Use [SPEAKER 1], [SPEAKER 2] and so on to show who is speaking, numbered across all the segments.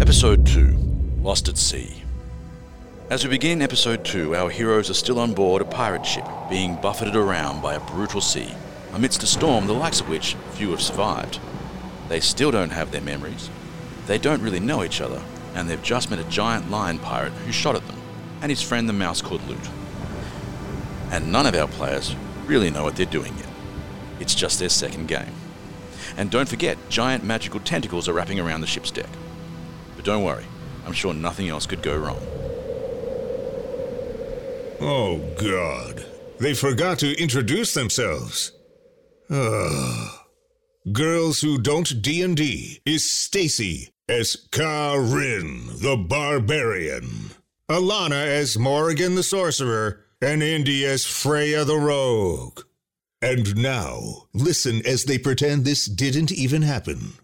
[SPEAKER 1] Episode 2 Lost at Sea. As we begin Episode 2, our heroes are still on board a pirate ship, being buffeted around by a brutal sea, amidst a storm the likes of which few have survived. They still don't have their memories, they don't really know each other, and they've just met a giant lion pirate who shot at them, and his friend the mouse called Loot. And none of our players really know what they're doing yet. It's just their second game. And don't forget, giant magical tentacles are wrapping around the ship's deck. But don't worry, I'm sure nothing else could go wrong.
[SPEAKER 2] Oh, God. They forgot to introduce themselves. Ugh. Girls Who Don't D&D is Stacy as Karin the Barbarian, Alana as Morrigan the Sorcerer, and Indy as Freya the Rogue. And now, listen as they pretend this didn't even happen.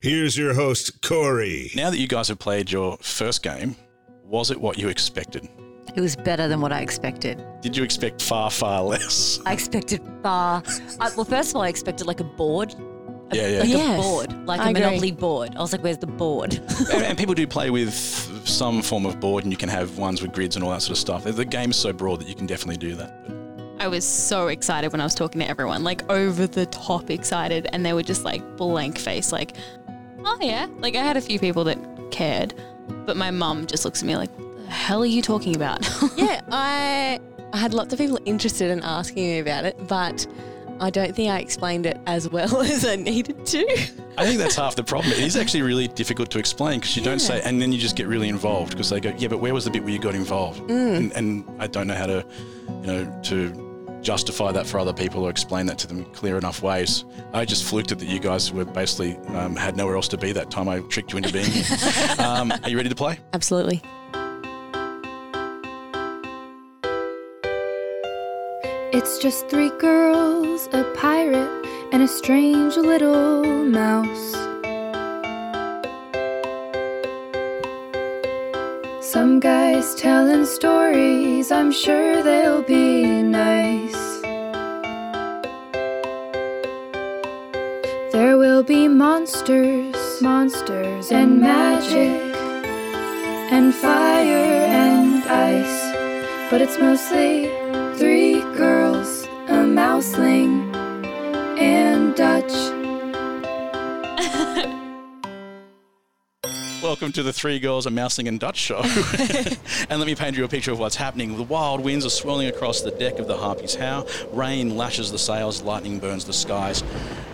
[SPEAKER 2] Here's your host, Corey.
[SPEAKER 1] Now that you guys have played your first game, was it what you expected?
[SPEAKER 3] It was better than what I expected.
[SPEAKER 1] Did you expect far, far less?
[SPEAKER 3] I expected far. I, well, first of all, I expected like a board,
[SPEAKER 1] Yeah,
[SPEAKER 3] like
[SPEAKER 1] yeah.
[SPEAKER 3] a
[SPEAKER 4] Yes.
[SPEAKER 3] board, like a
[SPEAKER 4] I agree.
[SPEAKER 3] Monopoly board. I was like, "Where's the board?"
[SPEAKER 1] and, and people do play with some form of board, and you can have ones with grids and all that sort of stuff. The- The game's so broad that you can definitely do that. But
[SPEAKER 4] I was so excited when I was talking to everyone, like over the top excited, and they were just like blank face, like, oh yeah. Like I had a few people that cared, but my mum just looks at me like, the hell are you talking about?
[SPEAKER 5] yeah, I I had lots of people interested in asking me about it, but I don't think I explained it as well as I needed to.
[SPEAKER 1] I think that's half the problem. It is actually really difficult to explain because you don't say, and then you just get really involved because they go, yeah, but where was the bit where you got involved? And, and I don't know how to, you know, to justify that for other people or explain that to them in clear enough ways. I just fluked it that you guys were basically um, had nowhere else to be that time. I tricked you into being here. um, are you ready to play?
[SPEAKER 5] Absolutely.
[SPEAKER 6] It's just three girls, a pirate, and a strange little mouse. Some guys telling stories, I'm sure they'll be nice. There will be monsters, monsters, and magic, and fire and ice but it's mostly three girls, a mouseling, and Dutch.
[SPEAKER 1] Welcome to the Three Girls, a Mousing and Dutch show. and let me paint you a picture of what's happening. The wild winds are swirling across the deck of the Harpy's How. Rain lashes the sails, lightning burns the skies.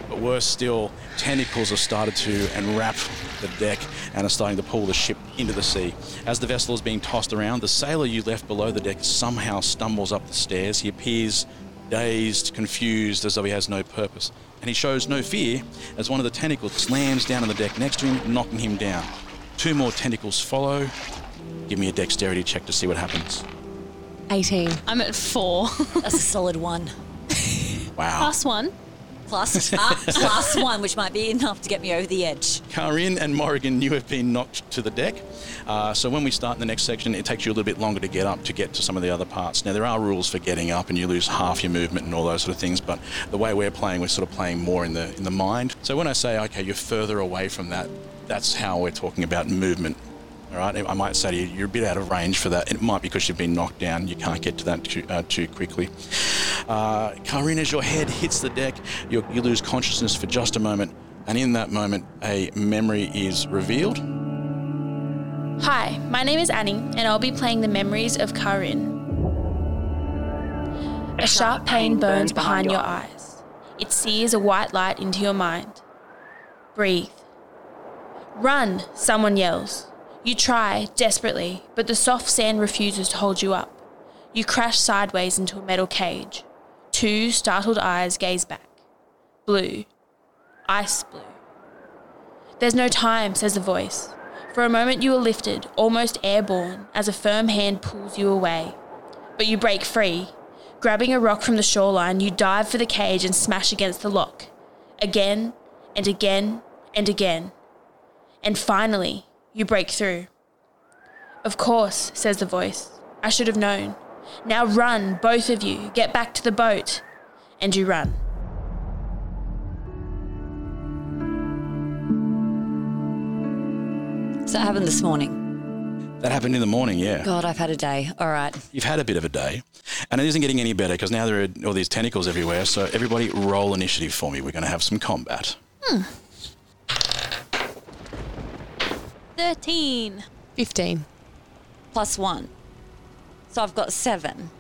[SPEAKER 1] But worse still, tentacles have started to enwrap the deck and are starting to pull the ship into the sea. As the vessel is being tossed around, the sailor you left below the deck somehow stumbles up the stairs. He appears dazed, confused, as though he has no purpose. And he shows no fear as one of the tentacles slams down on the deck next to him, knocking him down. Two more tentacles follow. Give me a dexterity check to see what happens.
[SPEAKER 5] 18.
[SPEAKER 4] I'm at four,
[SPEAKER 3] That's a solid one.
[SPEAKER 1] Wow.
[SPEAKER 4] plus one.
[SPEAKER 3] Plus, uh, plus one, which might be enough to get me over the edge.
[SPEAKER 1] Karin and Morrigan, you have been knocked to the deck. Uh, so when we start in the next section, it takes you a little bit longer to get up to get to some of the other parts. Now, there are rules for getting up, and you lose half your movement and all those sort of things. But the way we're playing, we're sort of playing more in the in the mind. So when I say, okay, you're further away from that, that's how we're talking about movement. All right, I might say to you, you're a bit out of range for that. It might be because you've been knocked down. You can't get to that too, uh, too quickly. Uh, Karin, as your head hits the deck, you, you lose consciousness for just a moment. And in that moment, a memory is revealed.
[SPEAKER 7] Hi, my name is Annie, and I'll be playing the memories of Karin. A sharp pain burns behind your eyes. It sears a white light into your mind. Breathe. Run, someone yells. You try, desperately, but the soft sand refuses to hold you up. You crash sideways into a metal cage. Two startled eyes gaze back. Blue. Ice blue. There's no time, says the voice. For a moment, you are lifted, almost airborne, as a firm hand pulls you away. But you break free. Grabbing a rock from the shoreline, you dive for the cage and smash against the lock. Again and again and again. And finally, you break through. Of course, says the voice. I should have known. Now run, both of you. Get back to the boat. And you run.
[SPEAKER 3] So that happened this morning.
[SPEAKER 1] That happened in the morning, yeah.
[SPEAKER 3] God, I've had a day. All right.
[SPEAKER 1] You've had a bit of a day, and it isn't getting any better because now there are all these tentacles everywhere. So everybody, roll initiative for me. We're going to have some combat.
[SPEAKER 4] 13.
[SPEAKER 5] 15.
[SPEAKER 3] Plus one. So I've got seven.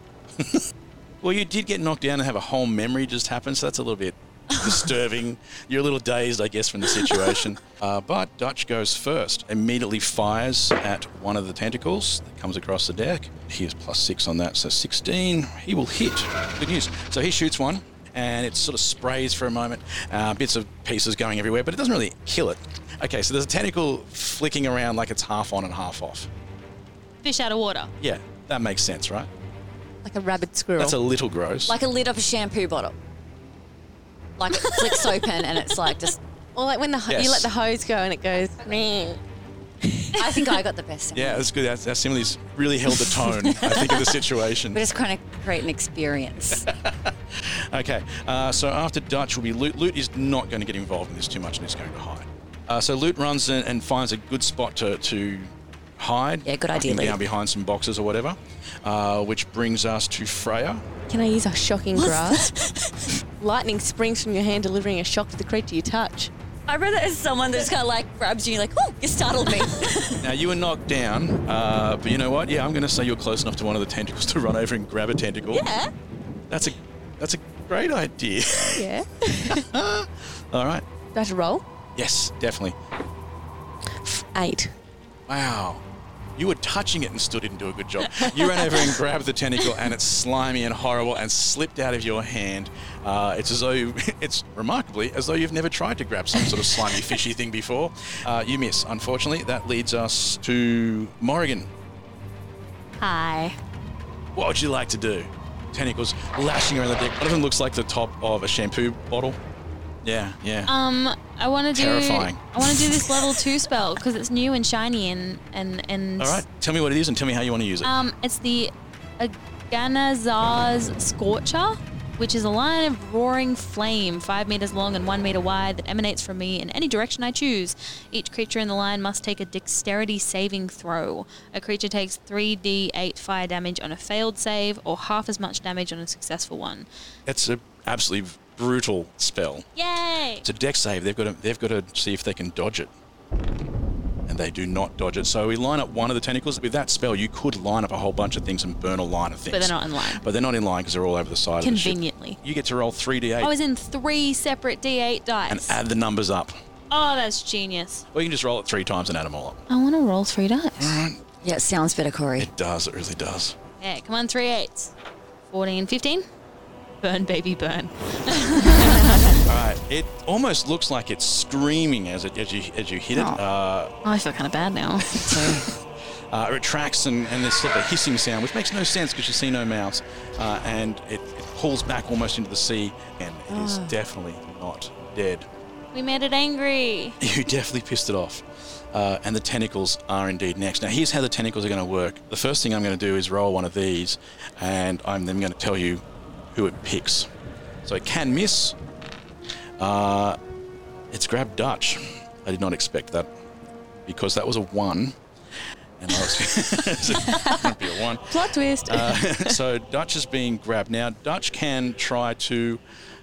[SPEAKER 1] Well, you did get knocked down and have a whole memory just happen, so that's a little bit disturbing. You're a little dazed, I guess, from the situation. Uh, but Dutch goes first, immediately fires at one of the tentacles that comes across the deck. He is plus six on that, so 16. He will hit. Good news. So he shoots one, and it sort of sprays for a moment, uh, bits of pieces going everywhere, but it doesn't really kill it. Okay, so there's a tentacle flicking around like it's half on and half off.
[SPEAKER 4] Fish out of water.
[SPEAKER 1] Yeah, that makes sense, right?
[SPEAKER 5] Like a rabid squirrel.
[SPEAKER 1] That's a little gross.
[SPEAKER 3] Like a lid off a shampoo bottle. Like it flicks open and it's like just.
[SPEAKER 5] or like when the ho-
[SPEAKER 1] Yes.
[SPEAKER 5] you let the hose go and it goes. meh.
[SPEAKER 3] I think I got the best.
[SPEAKER 1] Yeah, that's good. That's, that simile's really held the tone, I think, of the situation.
[SPEAKER 3] We're just trying to create an experience.
[SPEAKER 1] Okay, uh, so after Dutch will be Loot. Loot is not going to get involved in this too much and he's going to hide. Uh, so Loot runs in and finds a good spot to, to hide.
[SPEAKER 3] Yeah, good
[SPEAKER 1] Ducking
[SPEAKER 3] idea, Loot.
[SPEAKER 1] Down behind some boxes or whatever, uh, which brings us to Freya.
[SPEAKER 5] Can I use a shocking grasp? Lightning springs from your hand, delivering a shock to the creature you touch.
[SPEAKER 3] I read it as someone that just kind of like grabs you, like, oh, you startled me.
[SPEAKER 1] Now, you were knocked down, uh, but you know what? Yeah, I'm going to say you're close enough to one of the tentacles to run over and grab a tentacle.
[SPEAKER 3] yeah.
[SPEAKER 1] That's a, that's a great idea.
[SPEAKER 5] Yeah.
[SPEAKER 1] All right.
[SPEAKER 5] That's a roll.
[SPEAKER 1] Yes, definitely.
[SPEAKER 5] Eight.
[SPEAKER 1] Wow. You were touching it and still didn't do a good job. You ran over and grabbed the tentacle, and it's slimy and horrible and slipped out of your hand. Uh, it's as though you, it's remarkably as though you've never tried to grab some sort of slimy, fishy thing before. Uh, you miss, unfortunately. That leads us to Morrigan.
[SPEAKER 4] Hi.
[SPEAKER 1] What would you like to do? Tentacles lashing around the deck. One of them looks like the top of a shampoo bottle. Yeah, yeah.
[SPEAKER 4] Um, I want to do.
[SPEAKER 1] Terrifying.
[SPEAKER 4] I want to do this level two spell because it's new and shiny and and and.
[SPEAKER 1] All right, tell me what it is and tell me how you want to use it.
[SPEAKER 4] Um, it's the Aganazar's Scorcher, which is a line of roaring flame, five meters long and one meter wide, that emanates from me in any direction I choose. Each creature in the line must take a dexterity saving throw. A creature takes 3d8 fire damage on a failed save, or half as much damage on a successful one.
[SPEAKER 1] That's an absolutely brutal spell.
[SPEAKER 4] Yay!
[SPEAKER 1] It's a deck save. They've got to they've got to see if they can dodge it. And they do not dodge it. So we line up one of the tentacles. With that spell, you could line up a whole bunch of things and burn a line of things.
[SPEAKER 4] they're not in line.
[SPEAKER 1] But they're not in line because they're all over the side of the
[SPEAKER 4] Conveniently. Oh,
[SPEAKER 1] ship. You get to roll 3d8
[SPEAKER 4] I was in three separate d8
[SPEAKER 1] and
[SPEAKER 4] dice.
[SPEAKER 1] add the numbers up.
[SPEAKER 4] oh, that's genius.
[SPEAKER 1] Or you can just roll it three times and add them all up.
[SPEAKER 4] I want to roll three dice.
[SPEAKER 3] Yeah, it sounds better, Corey.
[SPEAKER 1] It does. It really does.
[SPEAKER 4] Yeah, come on, three eights. 14, 15. Burn, baby, burn.
[SPEAKER 1] All right. It almost looks like it's screaming as it as you as you hit it. Uh,
[SPEAKER 4] Oh, I feel kind of bad now.
[SPEAKER 1] Uh, it retracts and, and there's sort of a hissing sound, which makes no sense because you see no mouths. Uh, and it, it pulls back almost into the sea, and it is definitely not dead.
[SPEAKER 4] we made it angry.
[SPEAKER 1] You definitely pissed it off. Uh, and the tentacles are indeed next. Now, here's how the tentacles are going to work. The first thing I'm going to do is roll one of these, and I'm then going to tell you who it picks. So it can miss. Uh, it's grabbed Dutch. I did not expect that because that was a one. And I was going to be a one.
[SPEAKER 5] Plot twist.
[SPEAKER 1] Uh, so Dutch is being grabbed. Now, Dutch can try to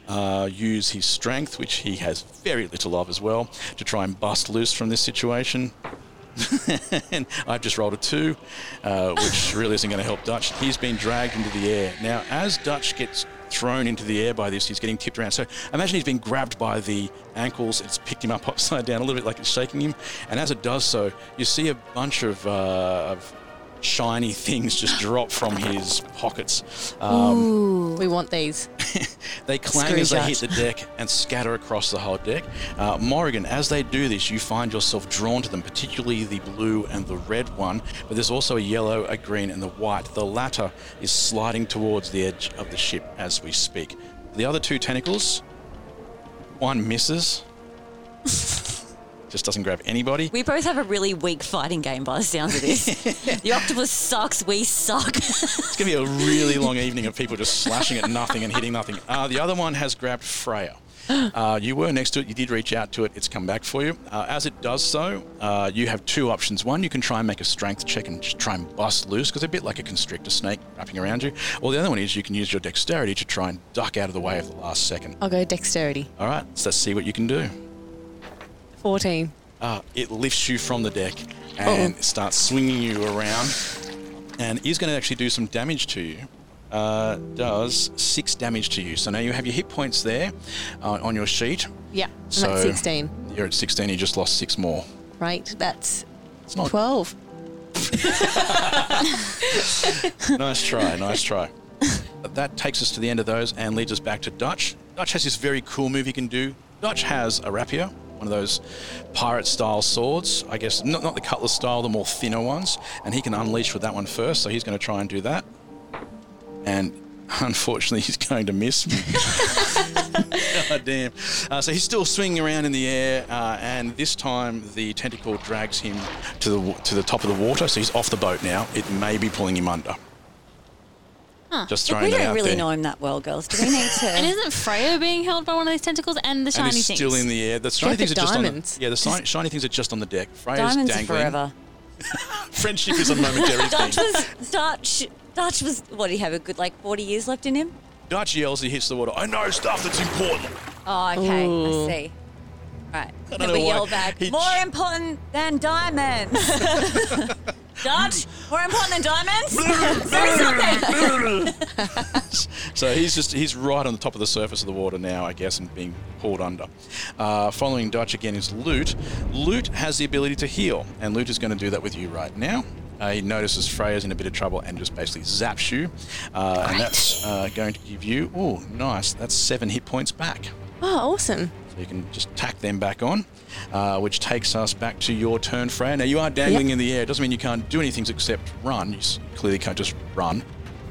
[SPEAKER 1] uh, use his strength, which he has very little of as well, to try and bust loose from this situation. and I've just rolled a two, uh, which really isn't going to help Dutch. He's been dragged into the air. Now, as Dutch gets thrown into the air by this, he's getting tipped around. So imagine he's been grabbed by the ankles. It's picked him up upside down a little bit like it's shaking him. And as it does so, you see a bunch of, uh, of shiny things just drop from his pockets. Um,
[SPEAKER 5] we want these.
[SPEAKER 1] they clang
[SPEAKER 3] Screw
[SPEAKER 1] as they
[SPEAKER 3] that.
[SPEAKER 1] hit the deck and scatter across the whole deck. Uh, Morrigan, as they do this, you find yourself drawn to them, particularly the blue and the red one, but there's also a yellow, a green, and the white. The latter is sliding towards the edge of the ship as we speak. The other two tentacles, one misses, just doesn't grab anybody.
[SPEAKER 3] We both have a really weak fighting game by the sounds of this. the octopus sucks, we suck.
[SPEAKER 1] It's going to be a really long evening of people just slashing at nothing and hitting nothing. Uh, the other one has grabbed Freya. Uh, you were next to it. You did reach out to it. It's come back for you. Uh, as it does so, uh, you have two options. One, you can try and make a strength check and ch- try and bust loose because they're a bit like a constrictor snake wrapping around you. Or the other one is you can use your dexterity to try and duck out of the way of the last second.
[SPEAKER 5] I'll go dexterity.
[SPEAKER 1] All right, so let's see what you can do.
[SPEAKER 5] 14.
[SPEAKER 1] Uh, it lifts you from the deck
[SPEAKER 5] Oh.
[SPEAKER 1] and starts swinging you around and is going to actually do some damage to you. Uh, does six damage to you. So now you have your hit points there uh, on your sheet.
[SPEAKER 5] Yeah. I'm
[SPEAKER 1] So-
[SPEAKER 5] at 16.
[SPEAKER 1] You're at 16, you just lost six more.
[SPEAKER 5] Right. That's
[SPEAKER 1] It's not
[SPEAKER 5] 12.
[SPEAKER 1] nice try, nice try. that takes us to the end of those and leads us back to Dutch. Dutch has this very cool move he can do. Dutch has a rapier, one of those pirate style swords, I guess, not, not the cutlass style, the more thinner ones, and he can unleash with that one first, so he's going to try and do that. And unfortunately, he's going to miss me. God damn. Uh, so he's still swinging around in the air, uh, and this time the tentacle drags him to the, wa- to the top of the water, so he's off the boat now. It may be pulling him under. Just
[SPEAKER 3] Look,
[SPEAKER 1] throwing
[SPEAKER 3] we
[SPEAKER 1] that
[SPEAKER 3] don't
[SPEAKER 1] out
[SPEAKER 3] really
[SPEAKER 1] there.
[SPEAKER 3] know him that well, girls. Do we need to?
[SPEAKER 4] And isn't Freya being held by one of these tentacles and the shiny
[SPEAKER 1] and he's
[SPEAKER 4] things?
[SPEAKER 1] still in the air. The shiny
[SPEAKER 5] Get the
[SPEAKER 1] things are just on
[SPEAKER 5] diamonds.
[SPEAKER 1] the, yeah. The shiny, shiny things are just on the deck. Freya's
[SPEAKER 3] Diamonds are
[SPEAKER 1] dangling.
[SPEAKER 3] forever.
[SPEAKER 1] Friendship is a momentary
[SPEAKER 3] Dutch
[SPEAKER 1] thing.
[SPEAKER 3] was Dutch. Dutch was what? He have a good like forty years left in him.
[SPEAKER 1] Dutch yells. He hits the water. I know stuff that's important.
[SPEAKER 3] Oh, okay.
[SPEAKER 5] Ooh.
[SPEAKER 3] I see. Right.
[SPEAKER 1] don't
[SPEAKER 3] Then
[SPEAKER 1] know
[SPEAKER 3] we
[SPEAKER 1] why
[SPEAKER 3] yell back.
[SPEAKER 1] he-
[SPEAKER 3] More important than diamonds. Dutch. More important than diamonds. Say something.
[SPEAKER 1] So he's just he's right on the top of the surface of the water now, I guess, and being pulled under. Uh, following Dutch again is Loot. Loot has the ability to heal, and Loot is going to do that with you right now. Uh, he notices Freya's in a bit of trouble and just basically zaps you, uh, and that's uh, going to give you oh nice that's seven hit points back.
[SPEAKER 5] Oh, awesome.
[SPEAKER 1] So you can just tack them back on, uh, which takes us back to your turn, Freya. Now you are dangling in the air. It doesn't mean you can't do anything except run. You s- clearly can't just run,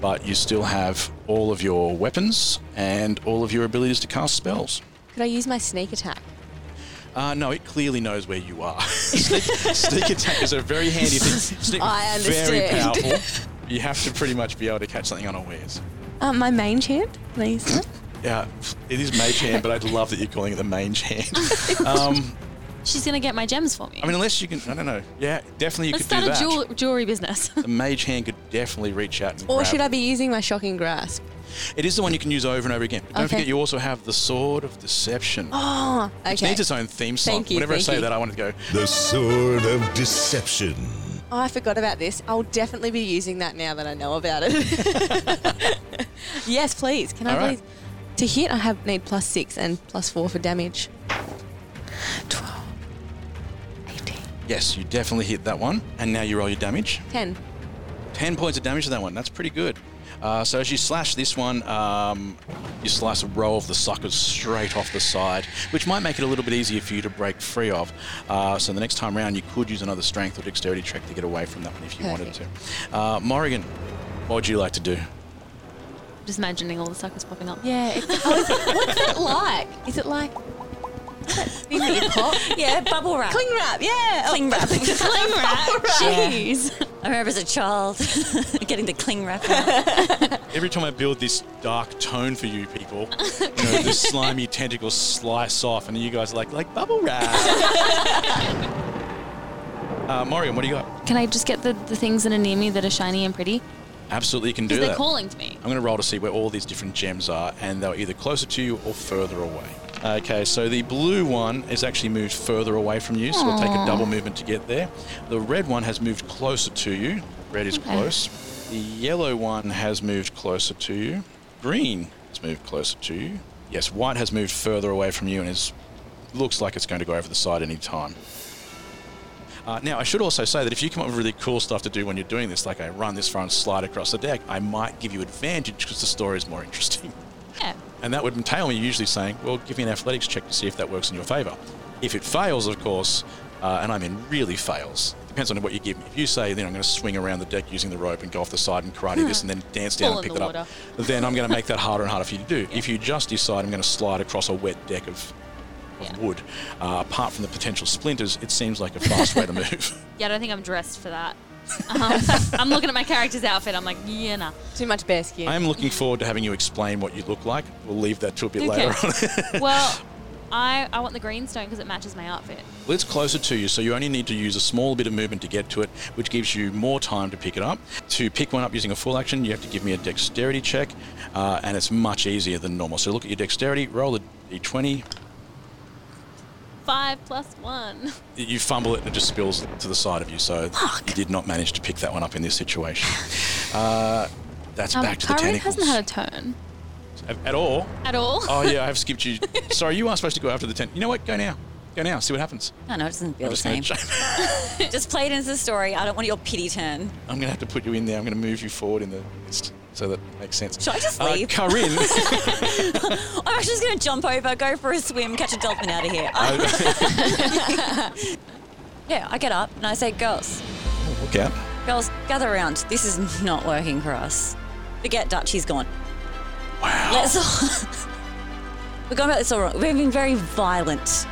[SPEAKER 1] but you still have all of your weapons and all of your abilities to cast spells.
[SPEAKER 5] Could I use my sneak attack?
[SPEAKER 1] Uh, no, it clearly knows where you are. sneak, sneak attack is a very handy thing. Sneak,
[SPEAKER 5] I
[SPEAKER 1] Very
[SPEAKER 5] understand.
[SPEAKER 1] powerful. You have to pretty much be able to catch something unawares.
[SPEAKER 5] Uh, my mage hand, please.
[SPEAKER 1] Yeah, it is mage hand, but I'd love that you're calling it the mage hand. Um,
[SPEAKER 4] She's gonna get my gems for me.
[SPEAKER 1] I mean, unless you can, I don't know. Yeah, definitely you
[SPEAKER 4] Let's
[SPEAKER 1] could do
[SPEAKER 4] start a
[SPEAKER 1] that.
[SPEAKER 4] jewel- jewelry business.
[SPEAKER 1] the mage hand could definitely reach out and
[SPEAKER 5] or
[SPEAKER 1] grab.
[SPEAKER 5] should I be using my shocking grasp?
[SPEAKER 1] It is the one you can use over and over again. But don't
[SPEAKER 5] Okay.
[SPEAKER 1] forget, you also have the sword of deception.
[SPEAKER 5] Oh,
[SPEAKER 1] Which
[SPEAKER 5] okay.
[SPEAKER 1] needs its own theme song.
[SPEAKER 5] Thank you,
[SPEAKER 1] Whenever I
[SPEAKER 5] thank
[SPEAKER 1] say
[SPEAKER 5] you.
[SPEAKER 1] that, I want to go.
[SPEAKER 2] The Sword of Deception.
[SPEAKER 5] Oh, I forgot about this. I'll definitely be using that now that I know about it. yes, please. Can I
[SPEAKER 1] All right.
[SPEAKER 5] please? To hit, I have need plus six and plus four for damage. 12, 18,
[SPEAKER 1] Yes, you definitely hit that one, and now you roll your damage.
[SPEAKER 5] 10.
[SPEAKER 1] Ten points of damage to that one. That's pretty good. Uh, so as you slash this one, um, you slice a row of the suckers straight off the side, which might make it a little bit easier for you to break free of. Uh, so the next time round, you could use another strength or dexterity check to get away from that one if you wanted to. Uh, Morrigan, what would you like to do?
[SPEAKER 4] just imagining all the suckers popping up.
[SPEAKER 5] Yeah. It's, oh, is it, what's it like? Is it like thing that you pop?
[SPEAKER 3] yeah, bubble wrap.
[SPEAKER 5] Cling wrap, yeah. Oh,
[SPEAKER 3] Cling wrap.
[SPEAKER 4] Cling wrap. Jeez.
[SPEAKER 3] I remember as a child getting the cling wrap. out.
[SPEAKER 1] Every time I build this dark tone for you people, you know, the slimy tentacles slice off, and you guys are like, like bubble wrap. uh, Morgan, what do you got?
[SPEAKER 4] Can I just get the, the things that are near me that are shiny and pretty?
[SPEAKER 1] Absolutely, you can do
[SPEAKER 4] Because they're
[SPEAKER 1] that. Oh.
[SPEAKER 4] calling to me.
[SPEAKER 1] I'm going to roll to see where all these different gems are, and they're either closer to you or further away. Okay, so the blue one has actually moved further away from you, so it'll take a double movement to get there. The red one has moved closer to you. Red is close. The yellow one has moved closer to you. Green has moved closer to you. Yes, white has moved further away from you and is looks like it's going to go over the side any time. Uh, now, I should also say that if you come up with really cool stuff to do when you're doing this, like I run this far and slide across the deck, I might give you advantage because the story is more interesting.
[SPEAKER 4] Yeah.
[SPEAKER 1] And that would entail me usually saying, well, give me an athletics check to see if that works in your favour. If it fails, of course, uh, and I mean really fails, it depends on what you give me. If you say, then I'm going to swing around the deck using the rope and go off the side and karate this and then dance down
[SPEAKER 4] Fall
[SPEAKER 1] and
[SPEAKER 4] in
[SPEAKER 1] pick
[SPEAKER 4] the
[SPEAKER 1] that up, then I'm going to make that harder and harder for you to do. If you just decide I'm going to slide across a wet deck of, of
[SPEAKER 4] Yeah.
[SPEAKER 1] wood, uh, apart from the potential splinters, it seems like a fast way to move.
[SPEAKER 4] Yeah, I don't think I'm dressed for that. Um, I'm looking at my character's outfit. I'm like, yeah, nah.
[SPEAKER 5] Too much bear skin.
[SPEAKER 1] I am looking forward to having you explain what you look like. We'll leave that to a bit
[SPEAKER 4] Okay.
[SPEAKER 1] later on.
[SPEAKER 4] Well, I, I want the green stone because it matches my outfit.
[SPEAKER 1] Well, it's closer to you, so you only need to use a small bit of movement to get to it, which gives you more time to pick it up. To pick one up using a full action, you have to give me a dexterity check, uh, and it's much easier than normal. So look at your dexterity, roll a d20.
[SPEAKER 4] Five plus one.
[SPEAKER 1] You fumble it and it just spills to the side of you, so you did not manage to pick that one up in this situation. Uh, that's back to the
[SPEAKER 4] Kyrie
[SPEAKER 1] tentacles.
[SPEAKER 4] Um, hasn't had a turn
[SPEAKER 1] At- At all?
[SPEAKER 4] at all.
[SPEAKER 1] Oh, yeah, I have skipped you. Sorry, you are supposed to go after the tent. You know what? Go now. Go now. See what happens.
[SPEAKER 3] No, no, it doesn't feel
[SPEAKER 1] I'm
[SPEAKER 3] the
[SPEAKER 1] just going
[SPEAKER 3] same.
[SPEAKER 1] to
[SPEAKER 3] Just play it into the story. I don't want your pity turn.
[SPEAKER 1] I'm going to have to put you in there. I'm going to move you forward in the list so that makes sense.
[SPEAKER 3] Should I just
[SPEAKER 1] uh,
[SPEAKER 3] leave?
[SPEAKER 1] Corinne,
[SPEAKER 3] I'm actually just going to jump over, go for a swim, catch a dolphin out of here. yeah, I get up and I say, girls,
[SPEAKER 1] look out.
[SPEAKER 3] girls, gather around. This is not working for us. Forget Dutch, he's gone. Wow. Let's all. We're going about this all wrong. We've been very violent.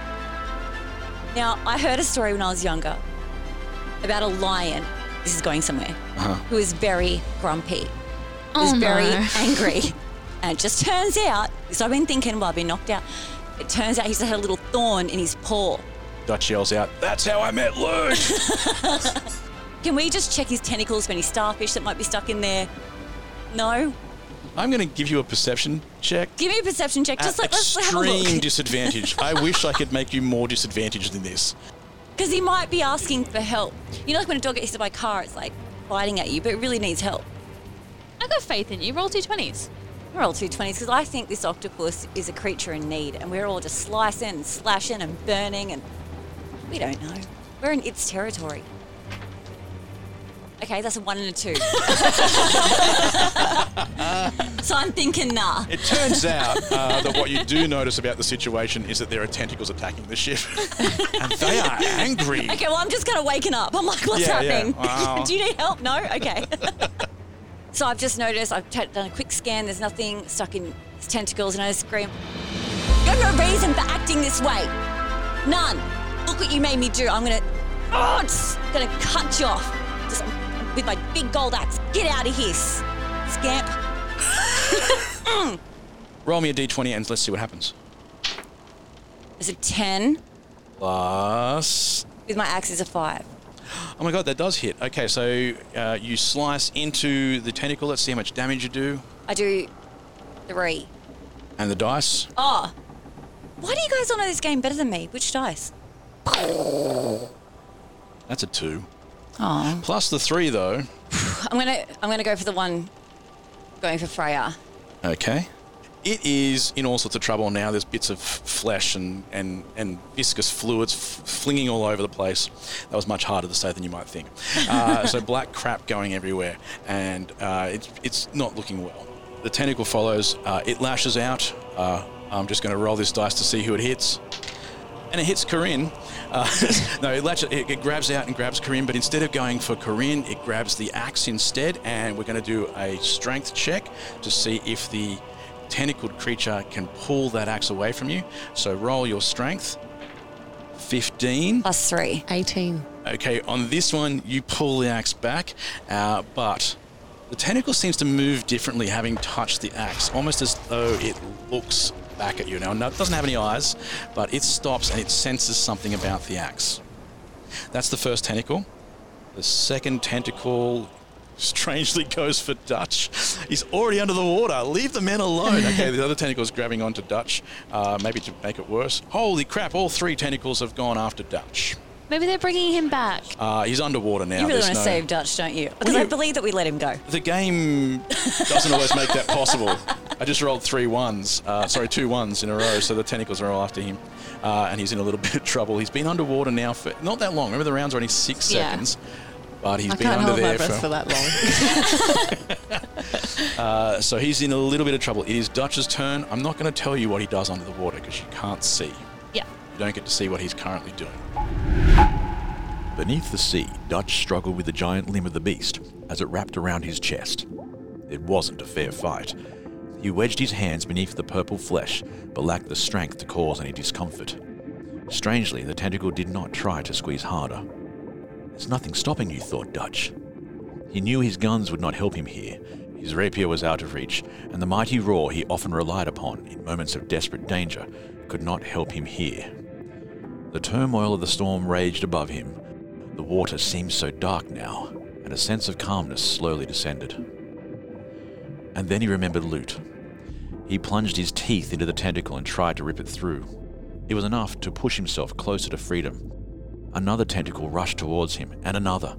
[SPEAKER 3] Now, I heard a story when I was younger about a lion. This is going somewhere. Who is very grumpy. was
[SPEAKER 4] Oh,
[SPEAKER 3] very
[SPEAKER 4] no.
[SPEAKER 3] angry. And it just turns out, so I've been thinking while I've been knocked out, it turns out he's had a little thorn in his paw.
[SPEAKER 1] Dutch yells out, That's how I met Luke!
[SPEAKER 3] Can we just check his tentacles for any starfish that might be stuck in there? No?
[SPEAKER 1] I'm going to give you a perception check.
[SPEAKER 3] Give me a perception check. Just
[SPEAKER 1] at
[SPEAKER 3] let, let's have a
[SPEAKER 1] extreme
[SPEAKER 3] look.
[SPEAKER 1] disadvantage. I wish I could make you more disadvantaged than this.
[SPEAKER 3] Because he might be asking for help. You know, like when a dog gets hit by a car, it's like biting at you, but it really needs help.
[SPEAKER 4] I got faith in you. Roll two twenties.
[SPEAKER 3] We're all 220s because I think this octopus is a creature in need and we're all just slicing and slashing and burning and we don't know. We're in its territory. Okay, that's a one and a two. so I'm thinking, nah.
[SPEAKER 1] It turns out uh, that what you do notice about the situation is that there are tentacles attacking the ship. and they are angry.
[SPEAKER 3] Okay, well, I'm just kind of waking up. I'm like, what's
[SPEAKER 1] Yeah, yeah.
[SPEAKER 3] happening?
[SPEAKER 1] Wow.
[SPEAKER 3] Do you need help? No? Okay. so I've just noticed, I've t- done a quick scan, there's nothing stuck in its tentacles, and I scream, You have no reason for acting this way. None. Look what you made me do. I'm going to, oh, it's going to cut you off just um, with my big gold axe. Get out of here, s- scamp.
[SPEAKER 1] Roll me a d20 and let's see what happens.
[SPEAKER 3] There's a 10.
[SPEAKER 1] Plus
[SPEAKER 3] With my axe is a 5.
[SPEAKER 1] Oh my god, that does hit. Okay, so uh, you slice into the tentacle. Let's see how much damage you do.
[SPEAKER 3] I do 3.
[SPEAKER 1] And the dice.
[SPEAKER 3] Oh. Why do you guys all know this game better than me? Which dice?
[SPEAKER 1] That's a two.
[SPEAKER 3] Oh.
[SPEAKER 1] Plus the three, though.
[SPEAKER 3] I'm gonna I'm gonna go for the one going for Freya.
[SPEAKER 1] Okay. It is in all sorts of trouble now. There's bits of flesh and, and, and viscous fluids f- flinging all over the place. That was much harder to say than you might think. Uh, so black crap going everywhere, and uh, it's, it's not looking well. The tentacle follows. Uh, it lashes out. Uh, I'm just going to roll this dice to see who it hits. and it hits Corinne. Uh, no, it, latch, it, it grabs out and grabs Corinne, but instead of going for Corinne, it grabs the axe instead, and we're going to do a strength check to see if the tentacled creature can pull that axe away from you. So roll your strength. 15.
[SPEAKER 3] Plus three.
[SPEAKER 5] 18.
[SPEAKER 1] Okay, on this one, you pull the axe back, uh, but the tentacle seems to move differently having touched the axe, almost as though it looks back at you. Now, no, it doesn't have any eyes, but it stops and it senses something about the axe. That's the first tentacle. The second tentacle strangely goes for Dutch. He's already under the water. Leave the men alone. Okay, the other tentacle's grabbing onto Dutch, uh, maybe to make it worse. Holy crap, all three tentacles have gone after Dutch.
[SPEAKER 4] Maybe they're bringing him back.
[SPEAKER 1] Uh, he's underwater now.
[SPEAKER 3] You really
[SPEAKER 1] There's
[SPEAKER 3] want to
[SPEAKER 1] no-
[SPEAKER 3] save Dutch, don't you? Because I believe that we let him go.
[SPEAKER 1] The game doesn't always make that possible. I just rolled three ones, uh, sorry, two ones in a row, so the tentacles are all after him. Uh, and he's in a little bit of trouble. He's been underwater now for not that long. Remember, the rounds are only six
[SPEAKER 4] Yeah.
[SPEAKER 1] seconds. But he's
[SPEAKER 5] I
[SPEAKER 1] been
[SPEAKER 5] can't
[SPEAKER 1] under
[SPEAKER 5] hold my
[SPEAKER 1] there
[SPEAKER 5] breath for
[SPEAKER 1] for.
[SPEAKER 5] that long.
[SPEAKER 1] uh, so he's in a little bit of trouble. It is Dutch's turn. I'm not going to tell you what he does under the water because you can't see.
[SPEAKER 4] Yeah.
[SPEAKER 1] You don't get to see what he's currently doing.
[SPEAKER 8] Beneath the sea, Dutch struggled with the giant limb of the beast as it wrapped around his chest. It wasn't a fair fight. He wedged his hands beneath the purple flesh, but lacked the strength to cause any discomfort. Strangely, the tentacle did not try to squeeze harder. There's nothing stopping you, thought Dutch. He knew his guns would not help him here. His rapier was out of reach, and the mighty roar he often relied upon in moments of desperate danger could not help him here. The turmoil of the storm raged above him. The water seemed so dark now, and a sense of calmness slowly descended. And then he remembered Loot. He plunged his teeth into the tentacle and tried to rip it through. It was enough to push himself closer to freedom. Another tentacle rushed towards him, and another,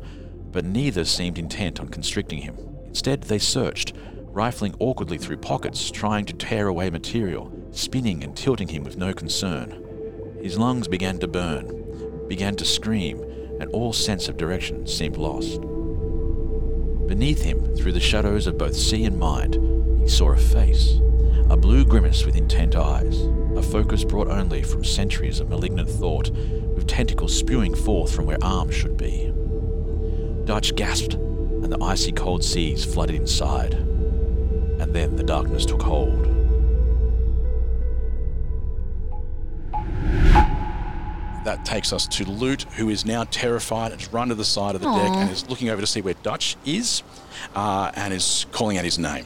[SPEAKER 8] but neither seemed intent on constricting him. Instead, they searched, rifling awkwardly through pockets, trying to tear away material, spinning and tilting him with no concern. His lungs began to burn, began to scream, and all sense of direction seemed lost. Beneath him, through the shadows of both sea and mind, he saw a face, a blue grimace with intent eyes, a focus brought only from centuries of malignant thought, with tentacles spewing forth from where arms should be. Dutch gasped, and the icy cold seas flooded inside. And then the darkness took hold.
[SPEAKER 1] That takes us to Loot, who is now terrified and has run to the side of the deck and is looking over to see where Dutch is uh, and is calling out his name.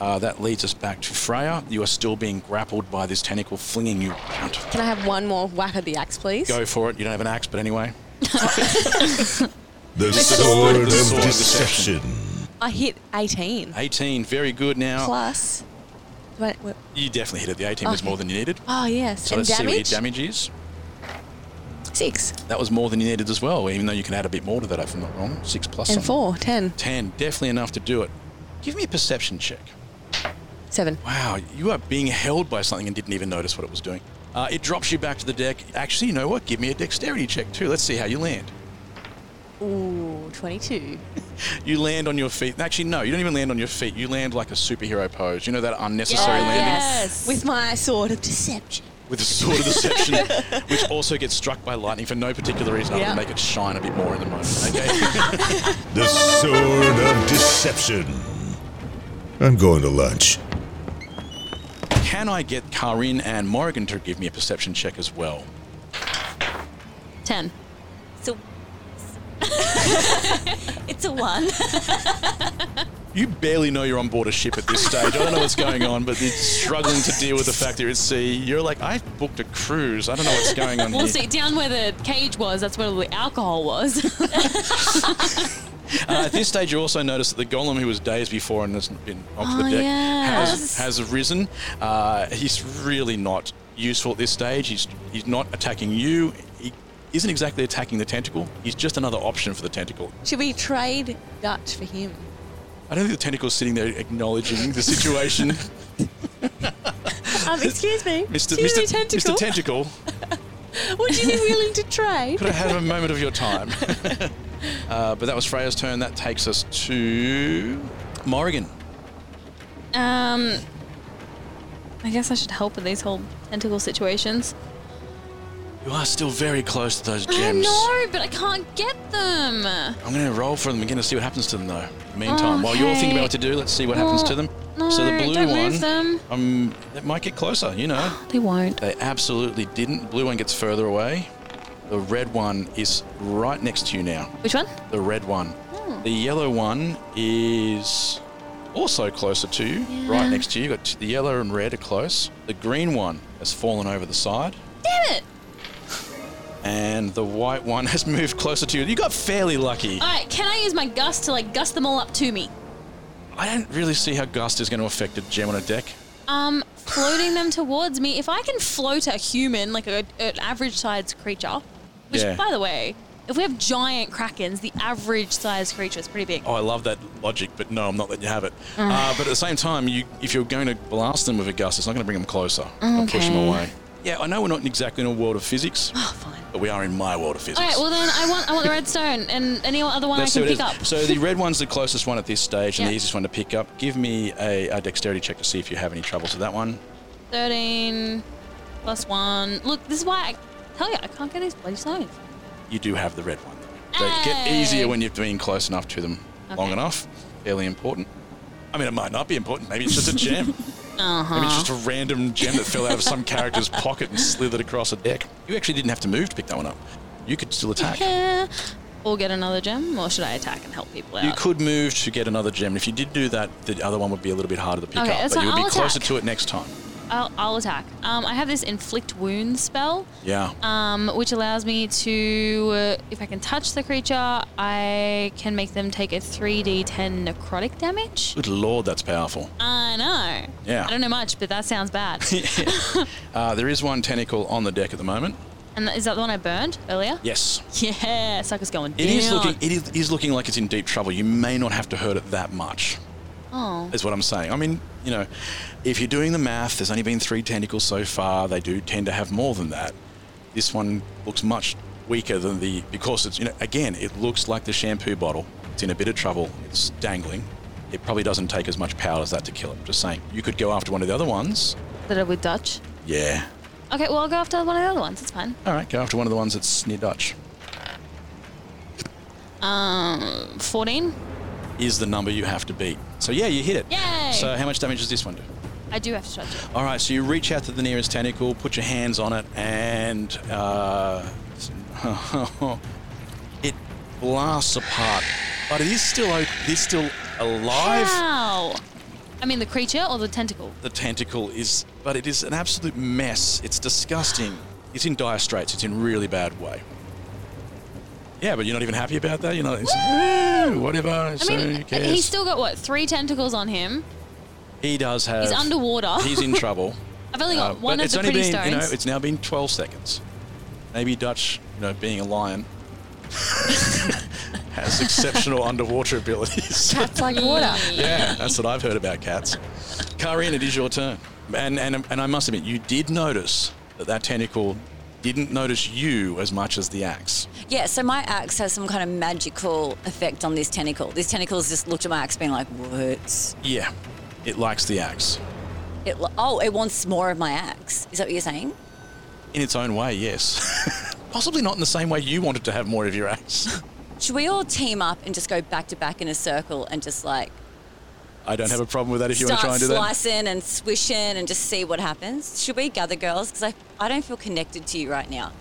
[SPEAKER 1] Uh, that leads us back to Freya. You are still being grappled by this tentacle flinging you around.
[SPEAKER 5] Can I have one more whack of the axe, please?
[SPEAKER 1] Go for it. You don't have an axe, but anyway.
[SPEAKER 2] The sword
[SPEAKER 1] the
[SPEAKER 2] of
[SPEAKER 1] sword of
[SPEAKER 2] deception.
[SPEAKER 5] I hit 18.
[SPEAKER 1] 18, very good now.
[SPEAKER 5] Plus. do I- wait,
[SPEAKER 1] You definitely hit it. The 18 was
[SPEAKER 5] Okay.
[SPEAKER 1] more than you needed.
[SPEAKER 5] Oh, yes.
[SPEAKER 1] So
[SPEAKER 5] and
[SPEAKER 1] let's see what your
[SPEAKER 5] damage?
[SPEAKER 1] damage is.
[SPEAKER 5] Six.
[SPEAKER 1] That was more than you needed as well, even though you can add a bit more to that if I'm not wrong. Six plus
[SPEAKER 5] And
[SPEAKER 1] something.
[SPEAKER 5] four. Ten.
[SPEAKER 1] 10, definitely enough to do it. Give me a perception check.
[SPEAKER 5] Seven.
[SPEAKER 1] Wow, you are being held by something and didn't even notice what it was doing. Uh, it drops you back to the deck. Actually, you know what? Give me a dexterity check too. Let's see how you land.
[SPEAKER 5] Ooh, 22.
[SPEAKER 1] You land on your feet. Actually, no, you don't even land on your feet. You land like a superhero pose. You know that unnecessary landing
[SPEAKER 3] Yes.
[SPEAKER 5] With my sword of deception.
[SPEAKER 1] with a sword of deception, which also gets struck by lightning for no particular reason other
[SPEAKER 5] Yeah.
[SPEAKER 1] than make it shine a bit more in the moment. Okay.
[SPEAKER 2] The sword of deception. I'm going to lunch.
[SPEAKER 1] Can I get Karin and Morrigan to give me a perception check as well?
[SPEAKER 4] 10.
[SPEAKER 3] So it's a one.
[SPEAKER 1] You barely know you're on board a ship at this stage. I don't know what's going on, but it's struggling to deal with the fact that you're at sea. You're like, I've booked a cruise. I don't know what's going on
[SPEAKER 4] Well,
[SPEAKER 1] here.
[SPEAKER 4] see, down where the cage was, that's where all the alcohol was.
[SPEAKER 1] Uh, at this stage, you also notice that the golem who was days before and has been onto the
[SPEAKER 4] Oh,
[SPEAKER 1] deck
[SPEAKER 4] yes.
[SPEAKER 1] has, has risen. Uh, he's really not useful at this stage. He's, he's not attacking you. He isn't exactly attacking the tentacle. He's just another option for the tentacle.
[SPEAKER 5] Should we trade Dutch for him?
[SPEAKER 1] I don't think the tentacle's sitting there acknowledging the situation.
[SPEAKER 5] Um, excuse me.
[SPEAKER 1] Mr.
[SPEAKER 5] Excuse me,
[SPEAKER 1] Mr. Mr. Tentacle.
[SPEAKER 5] Would you be willing to trade?
[SPEAKER 1] Could I have a moment of your time? uh, but that was Freya's turn. That takes us to Morrigan.
[SPEAKER 4] um, I guess I should help with these whole tentacle situations.
[SPEAKER 1] You are still very close to those
[SPEAKER 4] I
[SPEAKER 1] gems.
[SPEAKER 4] know, but I can't get them.
[SPEAKER 1] I'm going to roll for them again to see what happens to them, though. In the meantime, while you're thinking
[SPEAKER 4] Okay.
[SPEAKER 1] about what to do, let's see what happens
[SPEAKER 4] No,
[SPEAKER 1] to them.
[SPEAKER 4] Oh, No,
[SPEAKER 1] so the blue
[SPEAKER 4] don't
[SPEAKER 1] one,
[SPEAKER 4] move them.
[SPEAKER 1] um, that might get closer. You know,
[SPEAKER 4] They won't.
[SPEAKER 1] they absolutely didn't. The blue one gets further away. The red one is right next to you now.
[SPEAKER 4] Which one?
[SPEAKER 1] The red one.
[SPEAKER 4] Hmm.
[SPEAKER 1] The yellow one is also closer to you, right next to you. You've got t- the yellow and red are close. The green one has fallen over the side.
[SPEAKER 4] Damn it!
[SPEAKER 1] And the white one has moved closer to you. You got fairly lucky.
[SPEAKER 4] All right, can I use my gust to like gust them all up to me?
[SPEAKER 1] I don't really see how gust is going to affect a gem on a deck.
[SPEAKER 4] Um, floating them towards me. If I can float a human, like a, an average-sized creature, which,
[SPEAKER 1] Yeah.
[SPEAKER 4] by the way, if we have giant krakens, the average-sized creature is pretty big.
[SPEAKER 1] Oh, I love that logic, but no, I'm not letting you have it.
[SPEAKER 4] Mm.
[SPEAKER 1] Uh, but at the same time, you, if you're going to blast them with a gust, it's not going to bring them closer. I'll push them
[SPEAKER 4] Okay.
[SPEAKER 1] away. Yeah, I know we're not exactly in a world of physics,
[SPEAKER 4] Oh, fine.
[SPEAKER 1] but we are in my world of physics.
[SPEAKER 4] All right, well then I want I want the redstone and any other one
[SPEAKER 1] Let's see
[SPEAKER 4] I can
[SPEAKER 1] what it
[SPEAKER 4] pick up.
[SPEAKER 1] is. So the red one's the closest one at this stage and the
[SPEAKER 4] Yeah.
[SPEAKER 1] easiest one to pick up. Give me a, a dexterity check to see if you have any trouble to that one.
[SPEAKER 4] Thirteen plus one. Look, this is why I tell you I can't get these bloody stones.
[SPEAKER 1] You do have the red one. They get
[SPEAKER 4] Hey.
[SPEAKER 1] easier when you've been close enough to them long
[SPEAKER 4] Okay.
[SPEAKER 1] enough. Fairly important. I mean, it might not be important. Maybe it's just a gem. Maybe
[SPEAKER 4] Uh-huh.
[SPEAKER 1] it's just a random gem that fell out of some character's pocket and slithered across a deck. You actually didn't have to move to pick that one up. You could still attack.
[SPEAKER 4] Yeah. or get another gem, or should I attack and help people out?
[SPEAKER 1] You could move to get another gem. If you did do that, the other one would be a little bit harder to pick
[SPEAKER 4] Okay,
[SPEAKER 1] up,
[SPEAKER 4] that's
[SPEAKER 1] but
[SPEAKER 4] fine.
[SPEAKER 1] you'll be
[SPEAKER 4] I'll
[SPEAKER 1] closer
[SPEAKER 4] attack.
[SPEAKER 1] to it next time.
[SPEAKER 4] I'll, I'll attack. Um, I have this inflict wound spell,
[SPEAKER 1] Yeah.
[SPEAKER 4] um, which allows me to, uh, if I can touch the creature, I can make them take a 3d10 necrotic damage.
[SPEAKER 1] Good lord, that's powerful.
[SPEAKER 4] I know.
[SPEAKER 1] Yeah.
[SPEAKER 4] I don't know much, but that sounds bad.
[SPEAKER 1] Uh, there is one tentacle on the deck at the moment.
[SPEAKER 4] and that, is that the one I burned earlier?
[SPEAKER 1] Yes.
[SPEAKER 4] Yeah, sucker's going
[SPEAKER 1] It
[SPEAKER 4] down.
[SPEAKER 1] is looking. It is, is looking like it's in deep trouble. You may not have to hurt it that much.
[SPEAKER 4] Oh.
[SPEAKER 1] Is what I'm saying. I mean, you know, if you're doing the math, there's only been three tentacles so far. They do tend to have more than that. This one looks much weaker than the because it's you know again it looks like the shampoo bottle. It's in a bit of trouble. It's dangling. It probably doesn't take as much power as that to kill it. Just saying. You could go after one of the other ones.
[SPEAKER 4] That are with Dutch.
[SPEAKER 1] Yeah.
[SPEAKER 4] Okay, well, I'll go after one of the other ones. It's fine.
[SPEAKER 1] All right. Go after one of the ones that's near Dutch.
[SPEAKER 4] Um, 14.
[SPEAKER 1] Is the number you have to beat. So yeah, you hit it.
[SPEAKER 4] Yay!
[SPEAKER 1] So how much damage does this one do?
[SPEAKER 4] I do have to touch it.
[SPEAKER 1] All right, so you reach out to the nearest tentacle, put your hands on it, and uh, it blasts apart. But it is still o- it is still alive.
[SPEAKER 4] Wow. I mean, the creature or the tentacle?
[SPEAKER 1] The tentacle is, but it is an absolute mess. It's disgusting. It's in dire straits. It's in really bad way. Yeah, but you're not even happy about that. You're not. It's, "Woo, whatever.
[SPEAKER 4] I
[SPEAKER 1] so who
[SPEAKER 4] mean,
[SPEAKER 1] cares?
[SPEAKER 4] he's still got what three tentacles on him.
[SPEAKER 1] he does have.
[SPEAKER 4] He's underwater.
[SPEAKER 1] He's in trouble.
[SPEAKER 4] I've only got
[SPEAKER 1] Uh,
[SPEAKER 4] one
[SPEAKER 1] but
[SPEAKER 4] of
[SPEAKER 1] it's
[SPEAKER 4] the
[SPEAKER 1] only
[SPEAKER 4] pretty
[SPEAKER 1] been,
[SPEAKER 4] stones.
[SPEAKER 1] You know, it's now been 12 seconds. Maybe Dutch, you know, being a lion, has exceptional underwater abilities.
[SPEAKER 5] Cats like water.
[SPEAKER 1] yeah, that's what I've heard about cats. Karin, it is your turn. And, and, and I must admit, you did notice that that tentacle didn't notice you as much as the axe.
[SPEAKER 3] Yeah, so my axe has some kind of magical effect on this tentacle. This tentacle's just looked at my axe, being like, "What?"
[SPEAKER 1] Yeah, it likes the axe.
[SPEAKER 3] It, lo- oh, it wants more of my axe. Is that what you're saying?
[SPEAKER 1] In its own way, yes. Possibly not in the same way you wanted to have more of your axe.
[SPEAKER 3] Should we all team up and just go back to back in a circle and just like
[SPEAKER 1] I don't have a problem with that if you want to try
[SPEAKER 3] start
[SPEAKER 1] and do that.
[SPEAKER 3] slicing and swishing and just see what happens? Should we gather girls? Because I, I don't feel connected to you right now.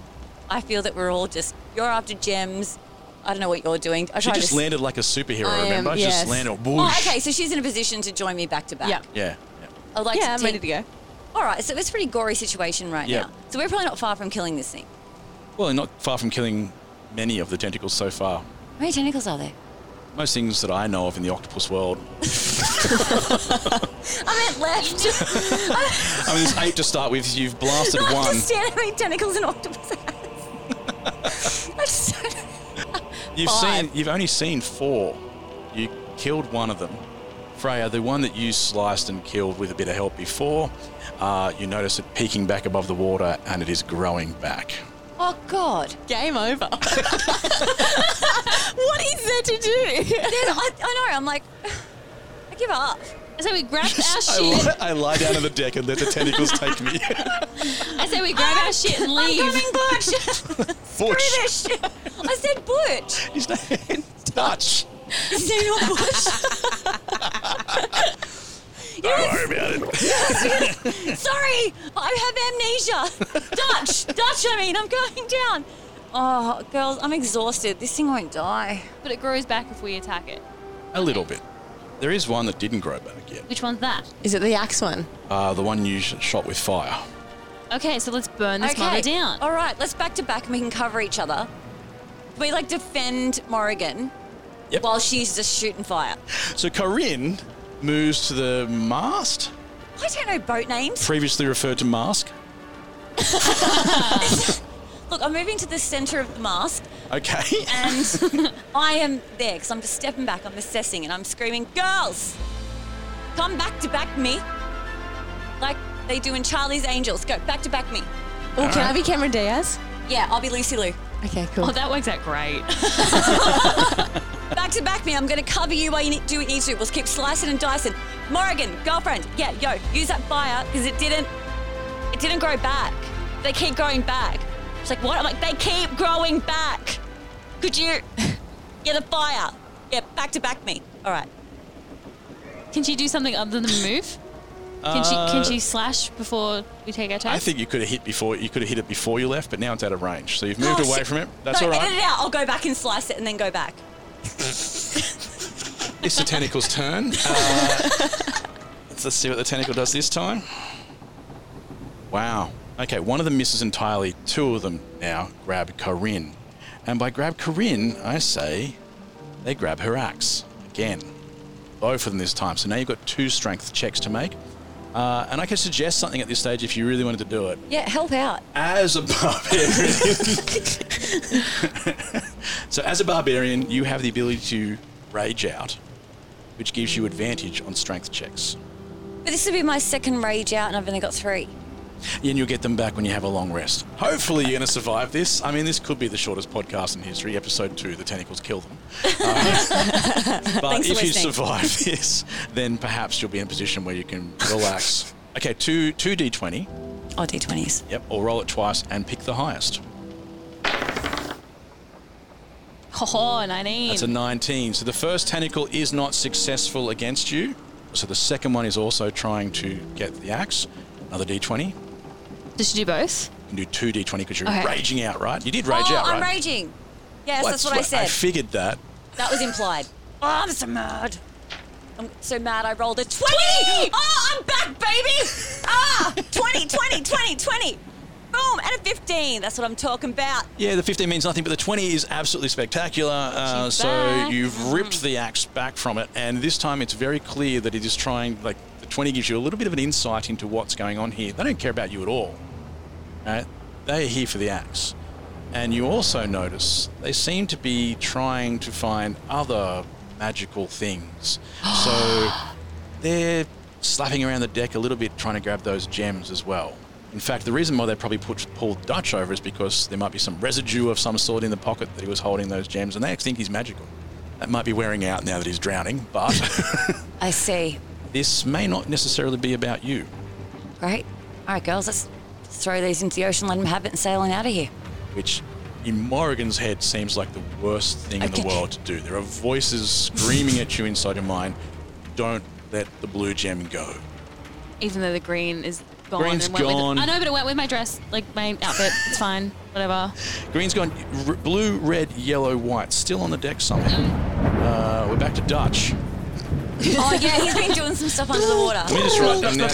[SPEAKER 3] I feel that we're all just you're after gems. I don't know what you're doing. I
[SPEAKER 1] She
[SPEAKER 3] try to
[SPEAKER 1] just
[SPEAKER 3] s-
[SPEAKER 1] landed like a superhero,
[SPEAKER 5] I am,
[SPEAKER 1] remember? She
[SPEAKER 5] yes.
[SPEAKER 1] just landed.
[SPEAKER 3] Oh,
[SPEAKER 1] Whoosh.
[SPEAKER 3] okay. So she's in a position to join me back to back.
[SPEAKER 5] Yeah.
[SPEAKER 1] Yeah.
[SPEAKER 3] I'd like
[SPEAKER 5] Yeah,
[SPEAKER 3] to
[SPEAKER 5] I'm
[SPEAKER 3] team-
[SPEAKER 5] ready to go.
[SPEAKER 3] All right, so it's a pretty gory situation right
[SPEAKER 1] Yeah.
[SPEAKER 3] now. So we're probably not far from killing this thing.
[SPEAKER 1] Well, they're not far from killing many of the tentacles so far.
[SPEAKER 3] How many tentacles are there?
[SPEAKER 1] Most things that I know of in the octopus world.
[SPEAKER 3] I meant left.
[SPEAKER 1] I mean, there's eight to start with. You've blasted
[SPEAKER 3] I
[SPEAKER 1] one.
[SPEAKER 3] understand how many tentacles an octopus has. I just don't
[SPEAKER 1] You've
[SPEAKER 3] Five.
[SPEAKER 1] seen. You've only seen four. You killed one of them. Freya, the one that you sliced and killed with a bit of help before, uh, you notice it peeking back above the water and it is growing back.
[SPEAKER 3] Oh God!
[SPEAKER 5] Game over.
[SPEAKER 3] What is there to do? I, I know. I'm like, I give up.
[SPEAKER 4] so we grab our
[SPEAKER 1] I,
[SPEAKER 4] shit.
[SPEAKER 1] li- I lie down on the deck and let the tentacles take me.
[SPEAKER 4] I say we grab our shit and leave.
[SPEAKER 3] I'm going butch.
[SPEAKER 1] Butch.
[SPEAKER 3] British. I said butch.
[SPEAKER 1] His name- Dutch.
[SPEAKER 3] Is there not butch?
[SPEAKER 1] Don't worry about it.
[SPEAKER 3] Sorry, I have amnesia. Dutch, Dutch. I mean, I'm going down. Oh, girls, I'm exhausted. This thing won't die.
[SPEAKER 4] But it grows back if we attack it.
[SPEAKER 1] A little bit. There is one that didn't grow back yet.
[SPEAKER 4] Which one's that?
[SPEAKER 5] Is it the axe one?
[SPEAKER 1] Uh, the one you sh- shot with fire.
[SPEAKER 4] Okay, so let's burn this mother down.
[SPEAKER 3] All right, let's back to back and we can cover each other. We like defend Morrigan
[SPEAKER 1] Yep.
[SPEAKER 3] while she's just shooting fire.
[SPEAKER 1] So Corinne moves to the mast,
[SPEAKER 3] I don't know boat names.
[SPEAKER 1] previously referred to mask.
[SPEAKER 3] Look, I'm moving to the center of the mask
[SPEAKER 1] Okay.
[SPEAKER 3] and I am there because I'm just stepping back, I'm assessing and I'm screaming, Girls, come back to back me. Like they do in Charlie's Angels. Go back to back me.
[SPEAKER 5] Oh, can I be Cameron Diaz?
[SPEAKER 3] Yeah, I'll be Lucy Lou.
[SPEAKER 5] Okay, cool.
[SPEAKER 4] oh, that works out great.
[SPEAKER 3] Back to back me. I'm going to cover you while you need, do what you need to. We'll keep slicing and dicing. Morrigan, girlfriend, yeah, yo, use that fire because it didn't, it didn't grow back. They keep growing back. It's like what? I'm like they keep growing back. Could you get a fire? Yeah, back to back me. All right.
[SPEAKER 4] Can she do something other than move? Can she can she slash before we take our turn?
[SPEAKER 1] Uh, I think you could have hit before you could have hit it before you left, but now it's out of range. So you've moved
[SPEAKER 3] Oh,
[SPEAKER 1] away
[SPEAKER 3] shit.
[SPEAKER 1] from it. That's
[SPEAKER 3] no,
[SPEAKER 1] all
[SPEAKER 3] edit
[SPEAKER 1] right.
[SPEAKER 3] it out. I'll go back and slice it and then go back.
[SPEAKER 1] It's the tentacle's turn. Uh, let's see what the tentacle does this time. Wow. Okay, one of them misses entirely. Two of them now grab Corinne, and by grab Corinne, I say they grab her axe again. Both of them this time. So now you've got two strength checks to make. Uh, and I could suggest something at this stage if you really wanted to do it.
[SPEAKER 3] Yeah, help out.
[SPEAKER 1] as a barbarian. so, as a barbarian, you have the ability to rage out, which gives you advantage on strength checks.
[SPEAKER 3] But this will be my second rage out, and I've only got three.
[SPEAKER 1] And you'll get them back when you have a long rest. Hopefully, you're going to survive this. I mean, this could be the shortest podcast in history. Episode two, the tentacles kill them. Um, but
[SPEAKER 3] Thanks for
[SPEAKER 1] if you
[SPEAKER 3] listening.
[SPEAKER 1] survive this, then perhaps you'll be in a position where you can relax. okay, two two d20.
[SPEAKER 3] Oh, d20s.
[SPEAKER 1] Yep, or roll it twice and pick the highest.
[SPEAKER 4] Oh, 19.
[SPEAKER 1] That's a 19. So the first tentacle is not successful against you. So the second one is also trying to get the axe. Another d20. You
[SPEAKER 4] Does she do both?
[SPEAKER 1] can do two d20 because you're
[SPEAKER 4] Okay.
[SPEAKER 1] raging out, right? You did rage
[SPEAKER 3] oh,
[SPEAKER 1] out,
[SPEAKER 3] I'm
[SPEAKER 1] right?
[SPEAKER 3] raging. Yes, that's what I
[SPEAKER 1] I
[SPEAKER 3] said.
[SPEAKER 1] figured that.
[SPEAKER 3] that was implied. Oh, I'm so mad. I'm so mad I rolled a 20! Oh, I'm back, baby! Ah, 20, 20, 20, 20. Boom, and a 15. That's what I'm talking about.
[SPEAKER 1] Yeah, the 15 means nothing, but the 20 is absolutely spectacular. Uh,
[SPEAKER 4] She's
[SPEAKER 1] so
[SPEAKER 4] back.
[SPEAKER 1] you've ripped the axe back from it, and this time it's very clear that it is trying, like, the 20 gives you a little bit of an insight into what's going on here. They don't care about you at all. right? They are here for the axe. And you also notice they seem to be trying to find other magical things. so they're slapping around the deck a little bit trying to grab those gems as well. In fact, the reason why they probably put, pulled Dutch over is because there might be some residue of some sort in the pocket that he was holding those gems, and they think he's magical. That might be wearing out now that he's drowning, but
[SPEAKER 3] I see.
[SPEAKER 1] this may not necessarily be about you.
[SPEAKER 3] Great. All right, girls, let's throw these into the ocean, let them have it, and sail on out of here.
[SPEAKER 1] which in Morrigan's head seems like the worst thing in
[SPEAKER 3] Okay.
[SPEAKER 1] the world to do. There are voices screaming at you inside your mind, don't let the blue gem go.
[SPEAKER 4] Even though the green is gone.
[SPEAKER 1] Green's
[SPEAKER 4] and went with-
[SPEAKER 1] gone.
[SPEAKER 4] I know, but it went with my dress, like my outfit. It's fine. Whatever.
[SPEAKER 1] Green's gone r- blue, red, yellow, white, still on the deck somewhere. Uh, we're back to Dutch.
[SPEAKER 3] Oh, yeah, he's been doing some stuff under the water.
[SPEAKER 1] Let me just write down, now,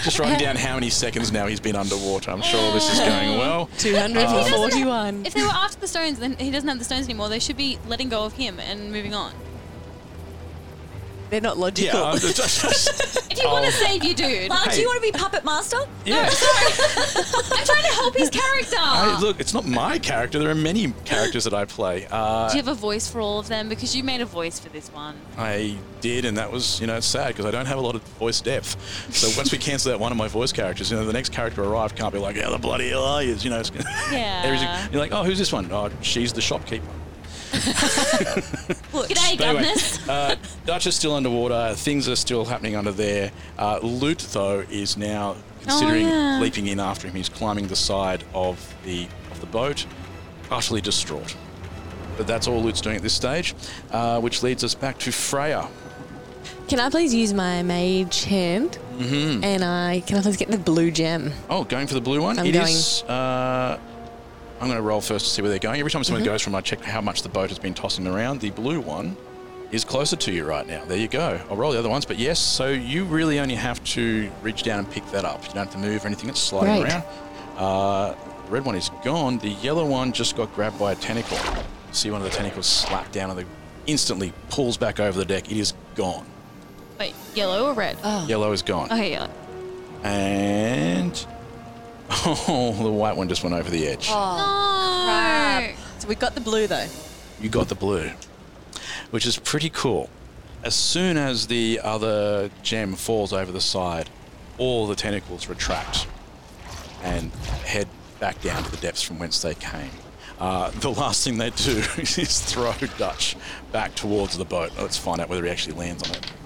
[SPEAKER 1] just writing down how many seconds now he's been underwater. I'm sure this is going well.
[SPEAKER 5] 241.
[SPEAKER 4] If they were after the stones, then he doesn't have the stones anymore. They should be letting go of him and moving on.
[SPEAKER 5] They're not
[SPEAKER 1] Yeah,
[SPEAKER 5] logical.
[SPEAKER 1] I'm just-
[SPEAKER 4] If you
[SPEAKER 1] Oh.
[SPEAKER 4] want to save your dude,
[SPEAKER 3] Mark, do
[SPEAKER 1] Hey.
[SPEAKER 3] you want to be puppet master?
[SPEAKER 1] yeah.
[SPEAKER 4] I'm trying to help his character.
[SPEAKER 1] I- look, it's not my character. There are many characters that I play. Uh,
[SPEAKER 4] do you have a voice for all of them? Because you made a voice for this one.
[SPEAKER 1] I did, and that was, you know, it's sad because I don't have a lot of voice depth. So once we cancel out one of my voice characters, you know, the next character arrived can't be like, how the bloody hell are you? You know, it's,
[SPEAKER 4] Yeah.
[SPEAKER 1] everything- you're like, oh, who's this one? Oh, she's the shopkeeper.
[SPEAKER 4] G'day,
[SPEAKER 1] But anyway,
[SPEAKER 4] governors.
[SPEAKER 1] uh, Dutch is still underwater. Things are still happening under there. Uh, Loot, though, is now considering
[SPEAKER 4] Oh, yeah.
[SPEAKER 1] leaping in after him. He's climbing the side of the of the boat, utterly distraught. But that's all Loot's doing at this stage, uh, which leads us back to Freya.
[SPEAKER 5] Can I please use my mage hand? Mm-hmm. And I can I please get the blue gem?
[SPEAKER 1] Oh, going for the blue one.
[SPEAKER 5] I'm
[SPEAKER 1] It
[SPEAKER 5] going.
[SPEAKER 1] is, uh, I'm going to roll first to see where they're going. Every time someone
[SPEAKER 5] Mm-hmm.
[SPEAKER 1] goes from, I check how much the boat has been tossing around. The blue one is closer to you right now. There you go. I'll roll the other ones, but yes. So you really only have to reach down and pick that up. You don't have to move or anything. It's sliding
[SPEAKER 5] Great.
[SPEAKER 1] around. Uh, the red one is gone. The yellow one just got grabbed by a tentacle. See one of the tentacles slap down, and the instantly pulls back over the deck. It is gone.
[SPEAKER 4] Wait, yellow or red? Oh.
[SPEAKER 1] Yellow is gone.
[SPEAKER 4] Okay, yellow.
[SPEAKER 1] And oh, the white one just went over the edge.
[SPEAKER 4] Oh,
[SPEAKER 5] So we got the blue though.
[SPEAKER 1] you got the blue, which is pretty cool. As soon as the other gem falls over the side, all the tentacles retract and head back down to the depths from whence they came. Uh, the last thing they do is throw Dutch back towards the boat. Let's find out whether he actually lands on it.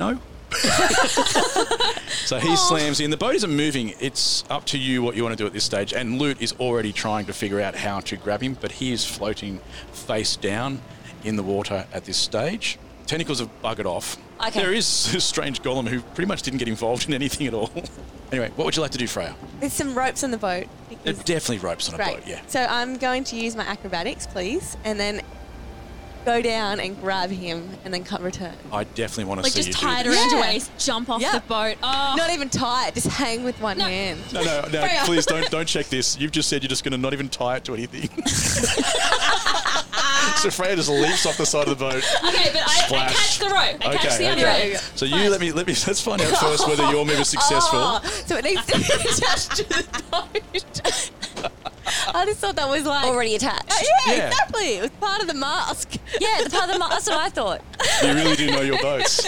[SPEAKER 1] No. so
[SPEAKER 4] Oh.
[SPEAKER 1] he slams in. The boat isn't moving. It's up to you what you want to do at this stage. And Loot is already trying to figure out how to grab him, but he is floating face down in the water at this stage. tentacles have buggered off.
[SPEAKER 3] Okay.
[SPEAKER 1] There is this strange golem who pretty much didn't get involved in anything at all. Anyway, what would you like to do, Freya?
[SPEAKER 5] There's some ropes on the boat.
[SPEAKER 1] It
[SPEAKER 5] because-
[SPEAKER 1] definitely ropes on a
[SPEAKER 5] Great.
[SPEAKER 1] boat, yeah.
[SPEAKER 5] So I'm going to use my acrobatics, please, and then go down and grab him and then come return.
[SPEAKER 1] I definitely want to
[SPEAKER 4] Like
[SPEAKER 1] see
[SPEAKER 4] just
[SPEAKER 1] you
[SPEAKER 4] tie it
[SPEAKER 1] do this.
[SPEAKER 4] around your
[SPEAKER 5] Yeah.
[SPEAKER 4] waist, jump off
[SPEAKER 5] Yeah.
[SPEAKER 4] the boat. Oh,
[SPEAKER 5] Not even tight, just hang with one hand.
[SPEAKER 1] No, no, no,
[SPEAKER 5] Freya.
[SPEAKER 1] please don't don't check this. You've just said you're just going to not even tie it to anything. so Freya just leaps off the side of the boat.
[SPEAKER 4] okay, but I, I
[SPEAKER 1] Splash.
[SPEAKER 4] catch the rope. I catch the other
[SPEAKER 1] okay.
[SPEAKER 4] rope.
[SPEAKER 1] So you let me let me let's find out first whether your move is successful.
[SPEAKER 5] Oh, so it needs to be attached to the boat. I just thought that was like
[SPEAKER 3] Already attached.
[SPEAKER 5] Yeah,
[SPEAKER 1] Yeah.
[SPEAKER 5] exactly. It was part of the mask.
[SPEAKER 3] Yeah, the part of the mask. That's what I thought.
[SPEAKER 1] You really do know your boats.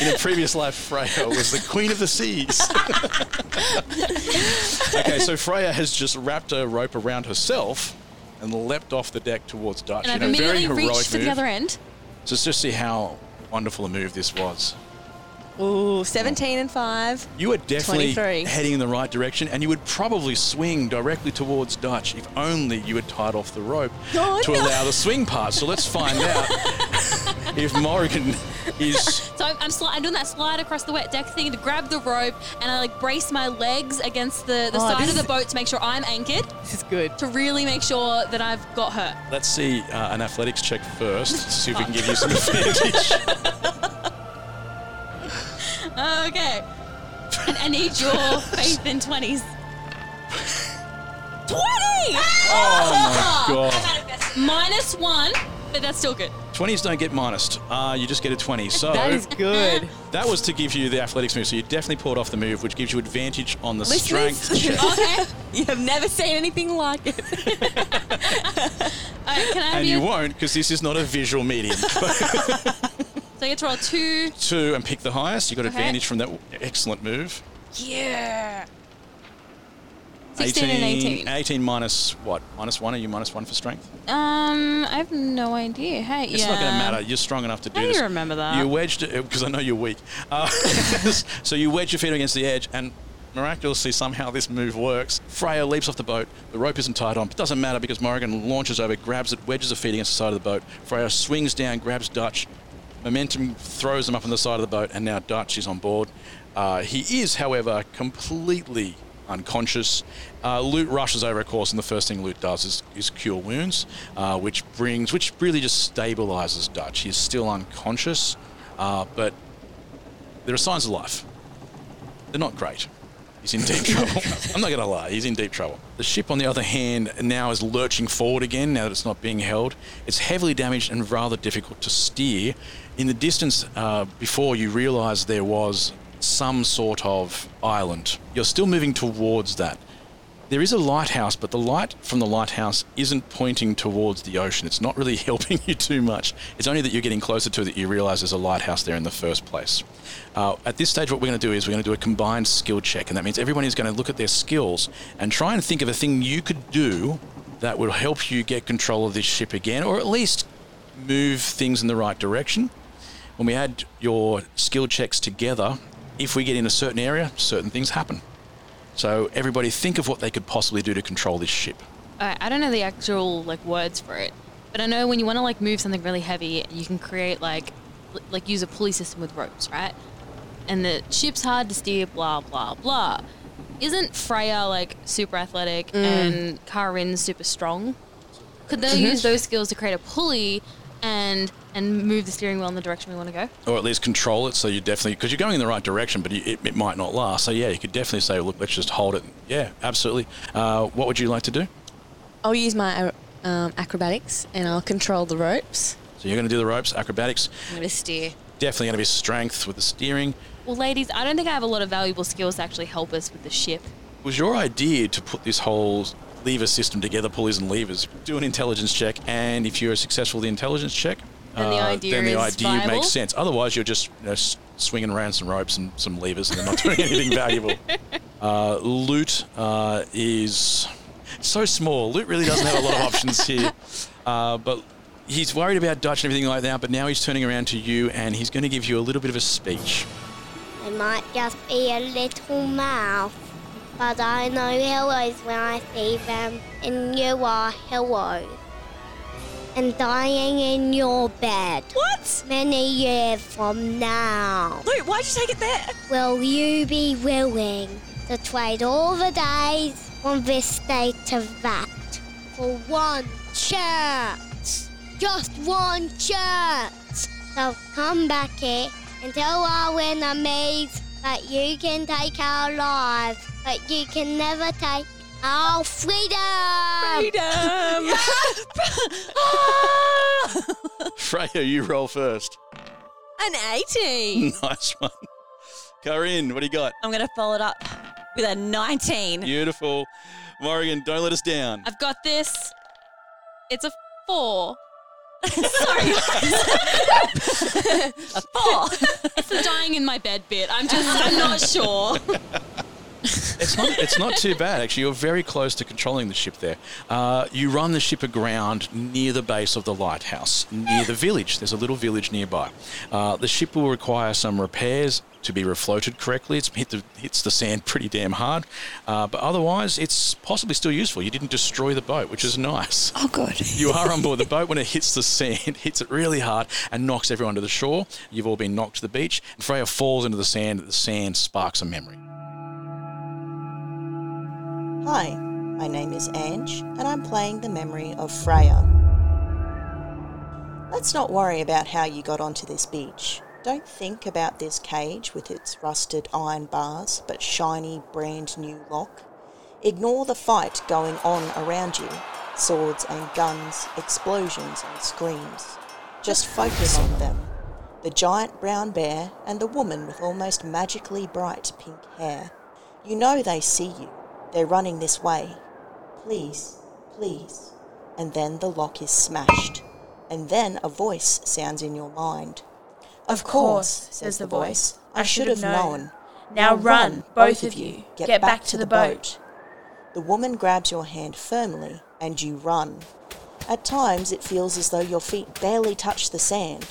[SPEAKER 1] In a previous life, Freya was the queen of the seas. okay, so Freya has just wrapped a rope around herself and leapt off the deck towards Dutch.
[SPEAKER 4] And I've
[SPEAKER 1] In a very
[SPEAKER 4] immediately
[SPEAKER 1] heroic
[SPEAKER 4] reached for
[SPEAKER 1] move.
[SPEAKER 4] the other end.
[SPEAKER 1] So let's just see how wonderful a move this was.
[SPEAKER 5] Ooh, 17 and 5.
[SPEAKER 1] You are definitely
[SPEAKER 5] 23.
[SPEAKER 1] heading in the right direction, and you would probably swing directly towards Dutch if only you had tied off the rope
[SPEAKER 5] No,
[SPEAKER 1] to
[SPEAKER 5] no.
[SPEAKER 1] allow the swing part. So let's find out if Morrigan is
[SPEAKER 4] So I'm, I'm, sli- I'm doing that slide across the wet deck thing to grab the rope, and I like brace my legs against the, the
[SPEAKER 5] Oh,
[SPEAKER 4] side
[SPEAKER 5] this
[SPEAKER 4] of the
[SPEAKER 5] is-
[SPEAKER 4] boat to make sure I'm anchored,
[SPEAKER 5] This is good.
[SPEAKER 4] to really make sure that I've got her.
[SPEAKER 1] Let's see uh, an athletics check first. See if we can give you some advantage.
[SPEAKER 4] Oh, Okay. And I need your faith in 20s. 20!
[SPEAKER 1] Oh my god!
[SPEAKER 4] Minus one, but that's still good.
[SPEAKER 1] Twenties don't get minused. Uh, you just get a twenty. So
[SPEAKER 5] That is good.
[SPEAKER 1] that was to give you the athletics move. So you definitely pulled off the move, which gives you advantage on the
[SPEAKER 5] Listeners,
[SPEAKER 1] strength check.
[SPEAKER 4] Okay.
[SPEAKER 5] you have never seen anything like it.
[SPEAKER 4] All right, can I have
[SPEAKER 1] And you
[SPEAKER 4] your-
[SPEAKER 1] won't because this is not a visual medium.
[SPEAKER 4] So I get to roll two.
[SPEAKER 1] Two and pick the highest. You got
[SPEAKER 4] Okay.
[SPEAKER 1] advantage from that excellent move.
[SPEAKER 4] Yeah. 16 and 18.
[SPEAKER 1] 18 minus what? Minus one? Are you minus one for strength?
[SPEAKER 4] Um, I have no idea. Hey,
[SPEAKER 1] It's not going to matter. You're strong enough to do
[SPEAKER 4] How do
[SPEAKER 1] this.
[SPEAKER 4] you remember that?
[SPEAKER 1] You wedged it because I know you're weak. Uh, so you wedge your feet against the edge, and miraculously somehow this move works. Freya leaps off the boat. The rope isn't tied on. It doesn't matter because Morrigan launches over, grabs it, wedges her feet against the side of the boat. Freya swings down, grabs Dutch. Momentum throws him up on the side of the boat, and now Dutch is on board. Uh, he is, however, completely unconscious. Uh, Loot rushes over, of course, and the first thing Loot does is, is cure wounds, uh, which brings, which really just stabilizes Dutch. He's still unconscious, uh, but there are signs of life. They're not great. He's in deep trouble. I'm not going to lie, he's in deep trouble. The ship, on the other hand, now is lurching forward again now that it's not being held. It's heavily damaged and rather difficult to steer. In the distance, uh, before you realise there was some sort of island, you're still moving towards that. There is a lighthouse, but the light from the lighthouse isn't pointing towards the ocean. It's not really helping you too much. It's only that you're getting closer to it that you realise there's a lighthouse there in the first place. Uh, at this stage, what we're going to do is we're going to do a combined skill check, and that means everyone is going to look at their skills and try and think of a thing you could do that would help you get control of this ship again, or at least move things in the right direction. When we add your skill checks together, if we get in a certain area, certain things happen. So everybody think of what they could possibly do to control this ship.
[SPEAKER 4] Alright, I don't know the actual like words for it, but I know when you want to like move something really heavy, you can create like l- like use a pulley system with ropes, right? And the ship's hard to steer, blah blah blah. Isn't Freya like super athletic and Karin super strong? Could they use those skills to create a pulley and and move the steering wheel in the direction we want to go?
[SPEAKER 1] Or at least control it so you definitely, because you're going in the right direction, but you, it, it might not last. So yeah, you could definitely say, look, let's just hold it. Yeah, absolutely. Uh, what would you like to do?
[SPEAKER 5] I'll use my uh, um, acrobatics and I'll control the ropes.
[SPEAKER 1] So you're going to do the ropes, acrobatics.
[SPEAKER 3] I'm gonna steer.
[SPEAKER 1] Definitely going to be strength with the steering.
[SPEAKER 4] Well, ladies, I don't think I have a lot of valuable skills to actually help us with the ship.
[SPEAKER 1] Was your idea to put this whole lever system together, pulleys and levers? Do an intelligence check, and if you're successful with the intelligence check, uh,
[SPEAKER 4] Then the idea
[SPEAKER 1] then the
[SPEAKER 4] is
[SPEAKER 1] idea
[SPEAKER 4] viable?
[SPEAKER 1] makes sense. Otherwise, you're just you know, s- swinging around some ropes and some levers, and they're not doing anything valuable. Uh, loot uh, is so small. Loot really doesn't have a lot of options here, uh, but. He's worried about Dutch and everything like that, but now he's turning around to you and he's going to give you a little bit of a speech.
[SPEAKER 9] I might just be a little mouse, but I know hellos when I see them, and you are hello. and dying in your bed
[SPEAKER 3] What?
[SPEAKER 9] many years from now.
[SPEAKER 3] Luke, why'd you take it there?
[SPEAKER 9] Will you be willing to trade all the days from this day to that for one chance? Just one chance. So come back here until I win a maze that you can take our lives, but you can never take our freedom.
[SPEAKER 3] Freedom! Ah.
[SPEAKER 1] Freya, you roll first.
[SPEAKER 3] An 18.
[SPEAKER 1] nice one. Karin, what do you got?
[SPEAKER 3] I'm going to follow it up with a 19.
[SPEAKER 1] Beautiful. Morrigan, don't let us down.
[SPEAKER 4] I've got this. It's a four.
[SPEAKER 3] A 4.
[SPEAKER 4] It's the dying in my bed bit. I'm just, I'm not sure.
[SPEAKER 1] It's not, it's not too bad, actually. You're very close to controlling the ship there. Uh, you run the ship aground near the base of the lighthouse, near the village. There's a little village nearby. Uh, the ship will require some repairs to be refloated correctly. It's hit the, hits the sand pretty damn hard. Uh, but otherwise, it's possibly still useful. You didn't destroy the boat, which is nice.
[SPEAKER 3] Oh, good.
[SPEAKER 1] You are on board the boat when it hits the sand, hits it really hard and knocks everyone to the shore. You've all been knocked to the beach. And Freya falls into the sand. The sand sparks a memory.
[SPEAKER 10] Hi, my name is Ange, and I'm playing the memory of Freya. Let's not worry about how you got onto this beach. Don't think about this cage with its rusted iron bars but shiny brand new lock. Ignore the fight going on around you swords and guns, explosions and screams. Just focus on them the giant brown bear and the woman with almost magically bright pink hair. You know they see you. They're running this way. Please, please. And then the lock is smashed. And then a voice sounds in your mind. Of, course, says the voice. I should have known.
[SPEAKER 7] Now run, both of you. Get, back, to the boat.
[SPEAKER 10] The woman grabs your hand firmly and you run. At times, it feels as though your feet barely touch the sand.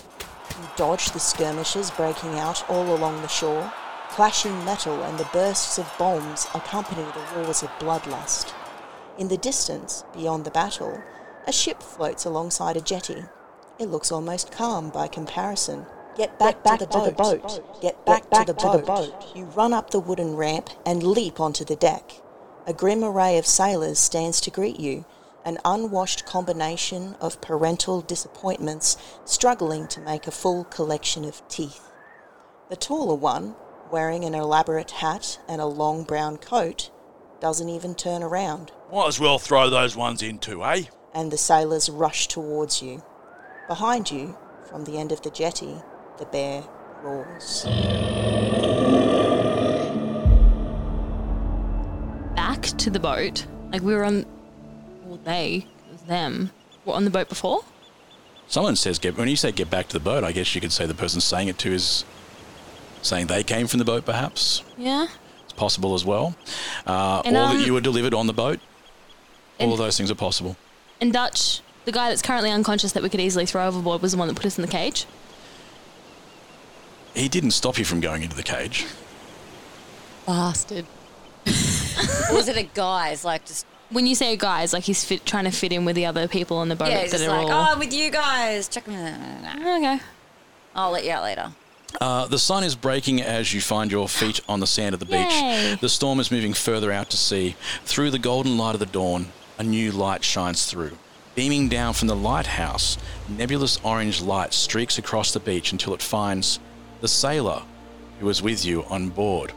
[SPEAKER 10] You dodge the skirmishes breaking out all along the shore. Clashing metal and the bursts of bombs accompany the roars of bloodlust. In the distance, beyond the battle, a ship floats alongside a jetty. It looks almost calm by comparison. Get back, to, the boat. Get back, to, the, boat. You run up the wooden ramp and leap onto the deck. A grim array of sailors stands to greet you, an unwashed combination of parental disappointments struggling to make a full collection of teeth. The taller one, wearing an elaborate hat and a long brown coat, doesn't even turn around,
[SPEAKER 8] Might as well throw those ones in too, eh?
[SPEAKER 10] and the sailors rush towards you. Behind you, from the end of the jetty, the bear roars.
[SPEAKER 4] Back to the boat. Like we were on, well, they, it was them, were on the boat before.
[SPEAKER 1] Someone says, get, when you say get back to the boat, I guess you could say the person saying it to is saying they came from the boat, perhaps.
[SPEAKER 4] Yeah.
[SPEAKER 1] It's possible as well. Uh,
[SPEAKER 4] And,
[SPEAKER 1] or
[SPEAKER 4] um,
[SPEAKER 1] that you were delivered on the boat. All
[SPEAKER 4] and-
[SPEAKER 1] of those things are possible.
[SPEAKER 4] And Dutch, the guy that's currently unconscious that we could easily throw overboard, was the one that put us in the cage.
[SPEAKER 1] He didn't stop you from going into the cage.
[SPEAKER 5] Bastard.
[SPEAKER 3] Or was it a guy's, like, just,
[SPEAKER 4] When you say guys, like he's fit, trying to fit in with the other people on the boat
[SPEAKER 3] yeah,
[SPEAKER 4] that
[SPEAKER 3] just
[SPEAKER 4] are
[SPEAKER 3] like, oh,
[SPEAKER 4] all.
[SPEAKER 3] I'm with you guys. Check me out.
[SPEAKER 4] okay.
[SPEAKER 3] I'll let you out later.
[SPEAKER 1] Uh, the sun is breaking as you find your feet on the sand of the beach.
[SPEAKER 4] Yay.
[SPEAKER 1] The storm is moving further out to sea. Through the golden light of the dawn, a new light shines through. Beaming down from the lighthouse, nebulous orange light streaks across the beach until it finds the sailor who was with you on board.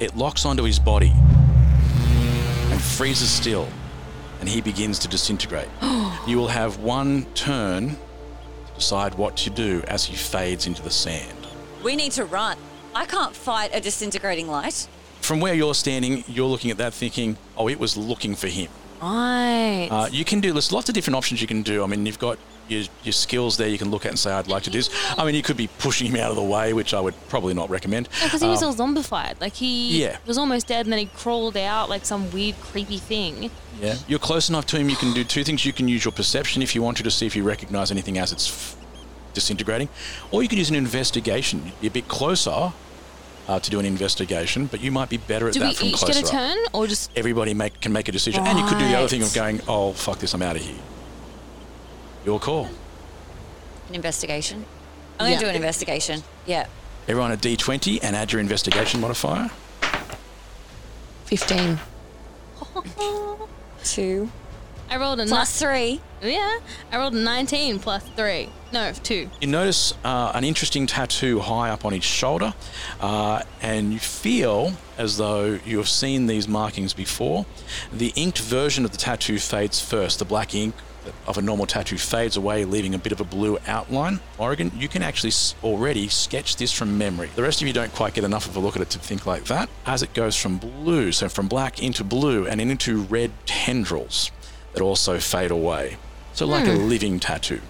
[SPEAKER 1] It locks onto his body and freezes still, and he begins to disintegrate. you will have one turn to decide what to do as he fades into the sand.
[SPEAKER 3] We need to run. I can't fight a disintegrating light.
[SPEAKER 1] from where you're standing, you're looking at that thinking, oh, it was looking for him.
[SPEAKER 4] Right.
[SPEAKER 1] Uh, you can do, there's lots of different options you can do. I mean, you've got your, your skills there you can look at and say, I'd like to do this. I mean, you could be pushing him out of the way, which I would probably not recommend.
[SPEAKER 4] because he was
[SPEAKER 1] Um,
[SPEAKER 4] all zombified. Like he
[SPEAKER 1] Yeah.
[SPEAKER 4] was almost dead, and then he crawled out like some weird, creepy thing.
[SPEAKER 1] yeah. You're close enough to him, you can do two things. You can use your perception if you want to, to see if you recognize anything as it's f- disintegrating, or you can use an investigation. You'd be a bit closer. Uh, to do an investigation, but you might be better at
[SPEAKER 4] Do we
[SPEAKER 1] that from
[SPEAKER 4] each
[SPEAKER 1] closer
[SPEAKER 4] get a
[SPEAKER 1] up.
[SPEAKER 4] turn, or just
[SPEAKER 1] Everybody make, can make a decision, and you could do the other thing of going, "Oh, fuck this, I'm out of here." Your call.
[SPEAKER 3] An investigation. I'm going
[SPEAKER 5] Yeah.
[SPEAKER 3] to do an investigation. Yeah.
[SPEAKER 1] Everyone a D20 and add your investigation modifier.
[SPEAKER 5] 15.
[SPEAKER 3] Two.
[SPEAKER 4] I rolled a
[SPEAKER 3] Plus three.
[SPEAKER 4] ni- yeah. I rolled a 19 plus three. No, two.
[SPEAKER 1] You notice uh, an interesting tattoo high up on his shoulder, uh, and you feel as though you have seen these markings before. The inked version of the tattoo fades first. The black ink of a normal tattoo fades away, leaving a bit of a blue outline. Oregon, you can actually s- already sketch this from memory. The rest of you don't quite get enough of a look at it to think like that, as it goes from blue, so from black into blue and into red tendrils that also fade away. So, like a living tattoo.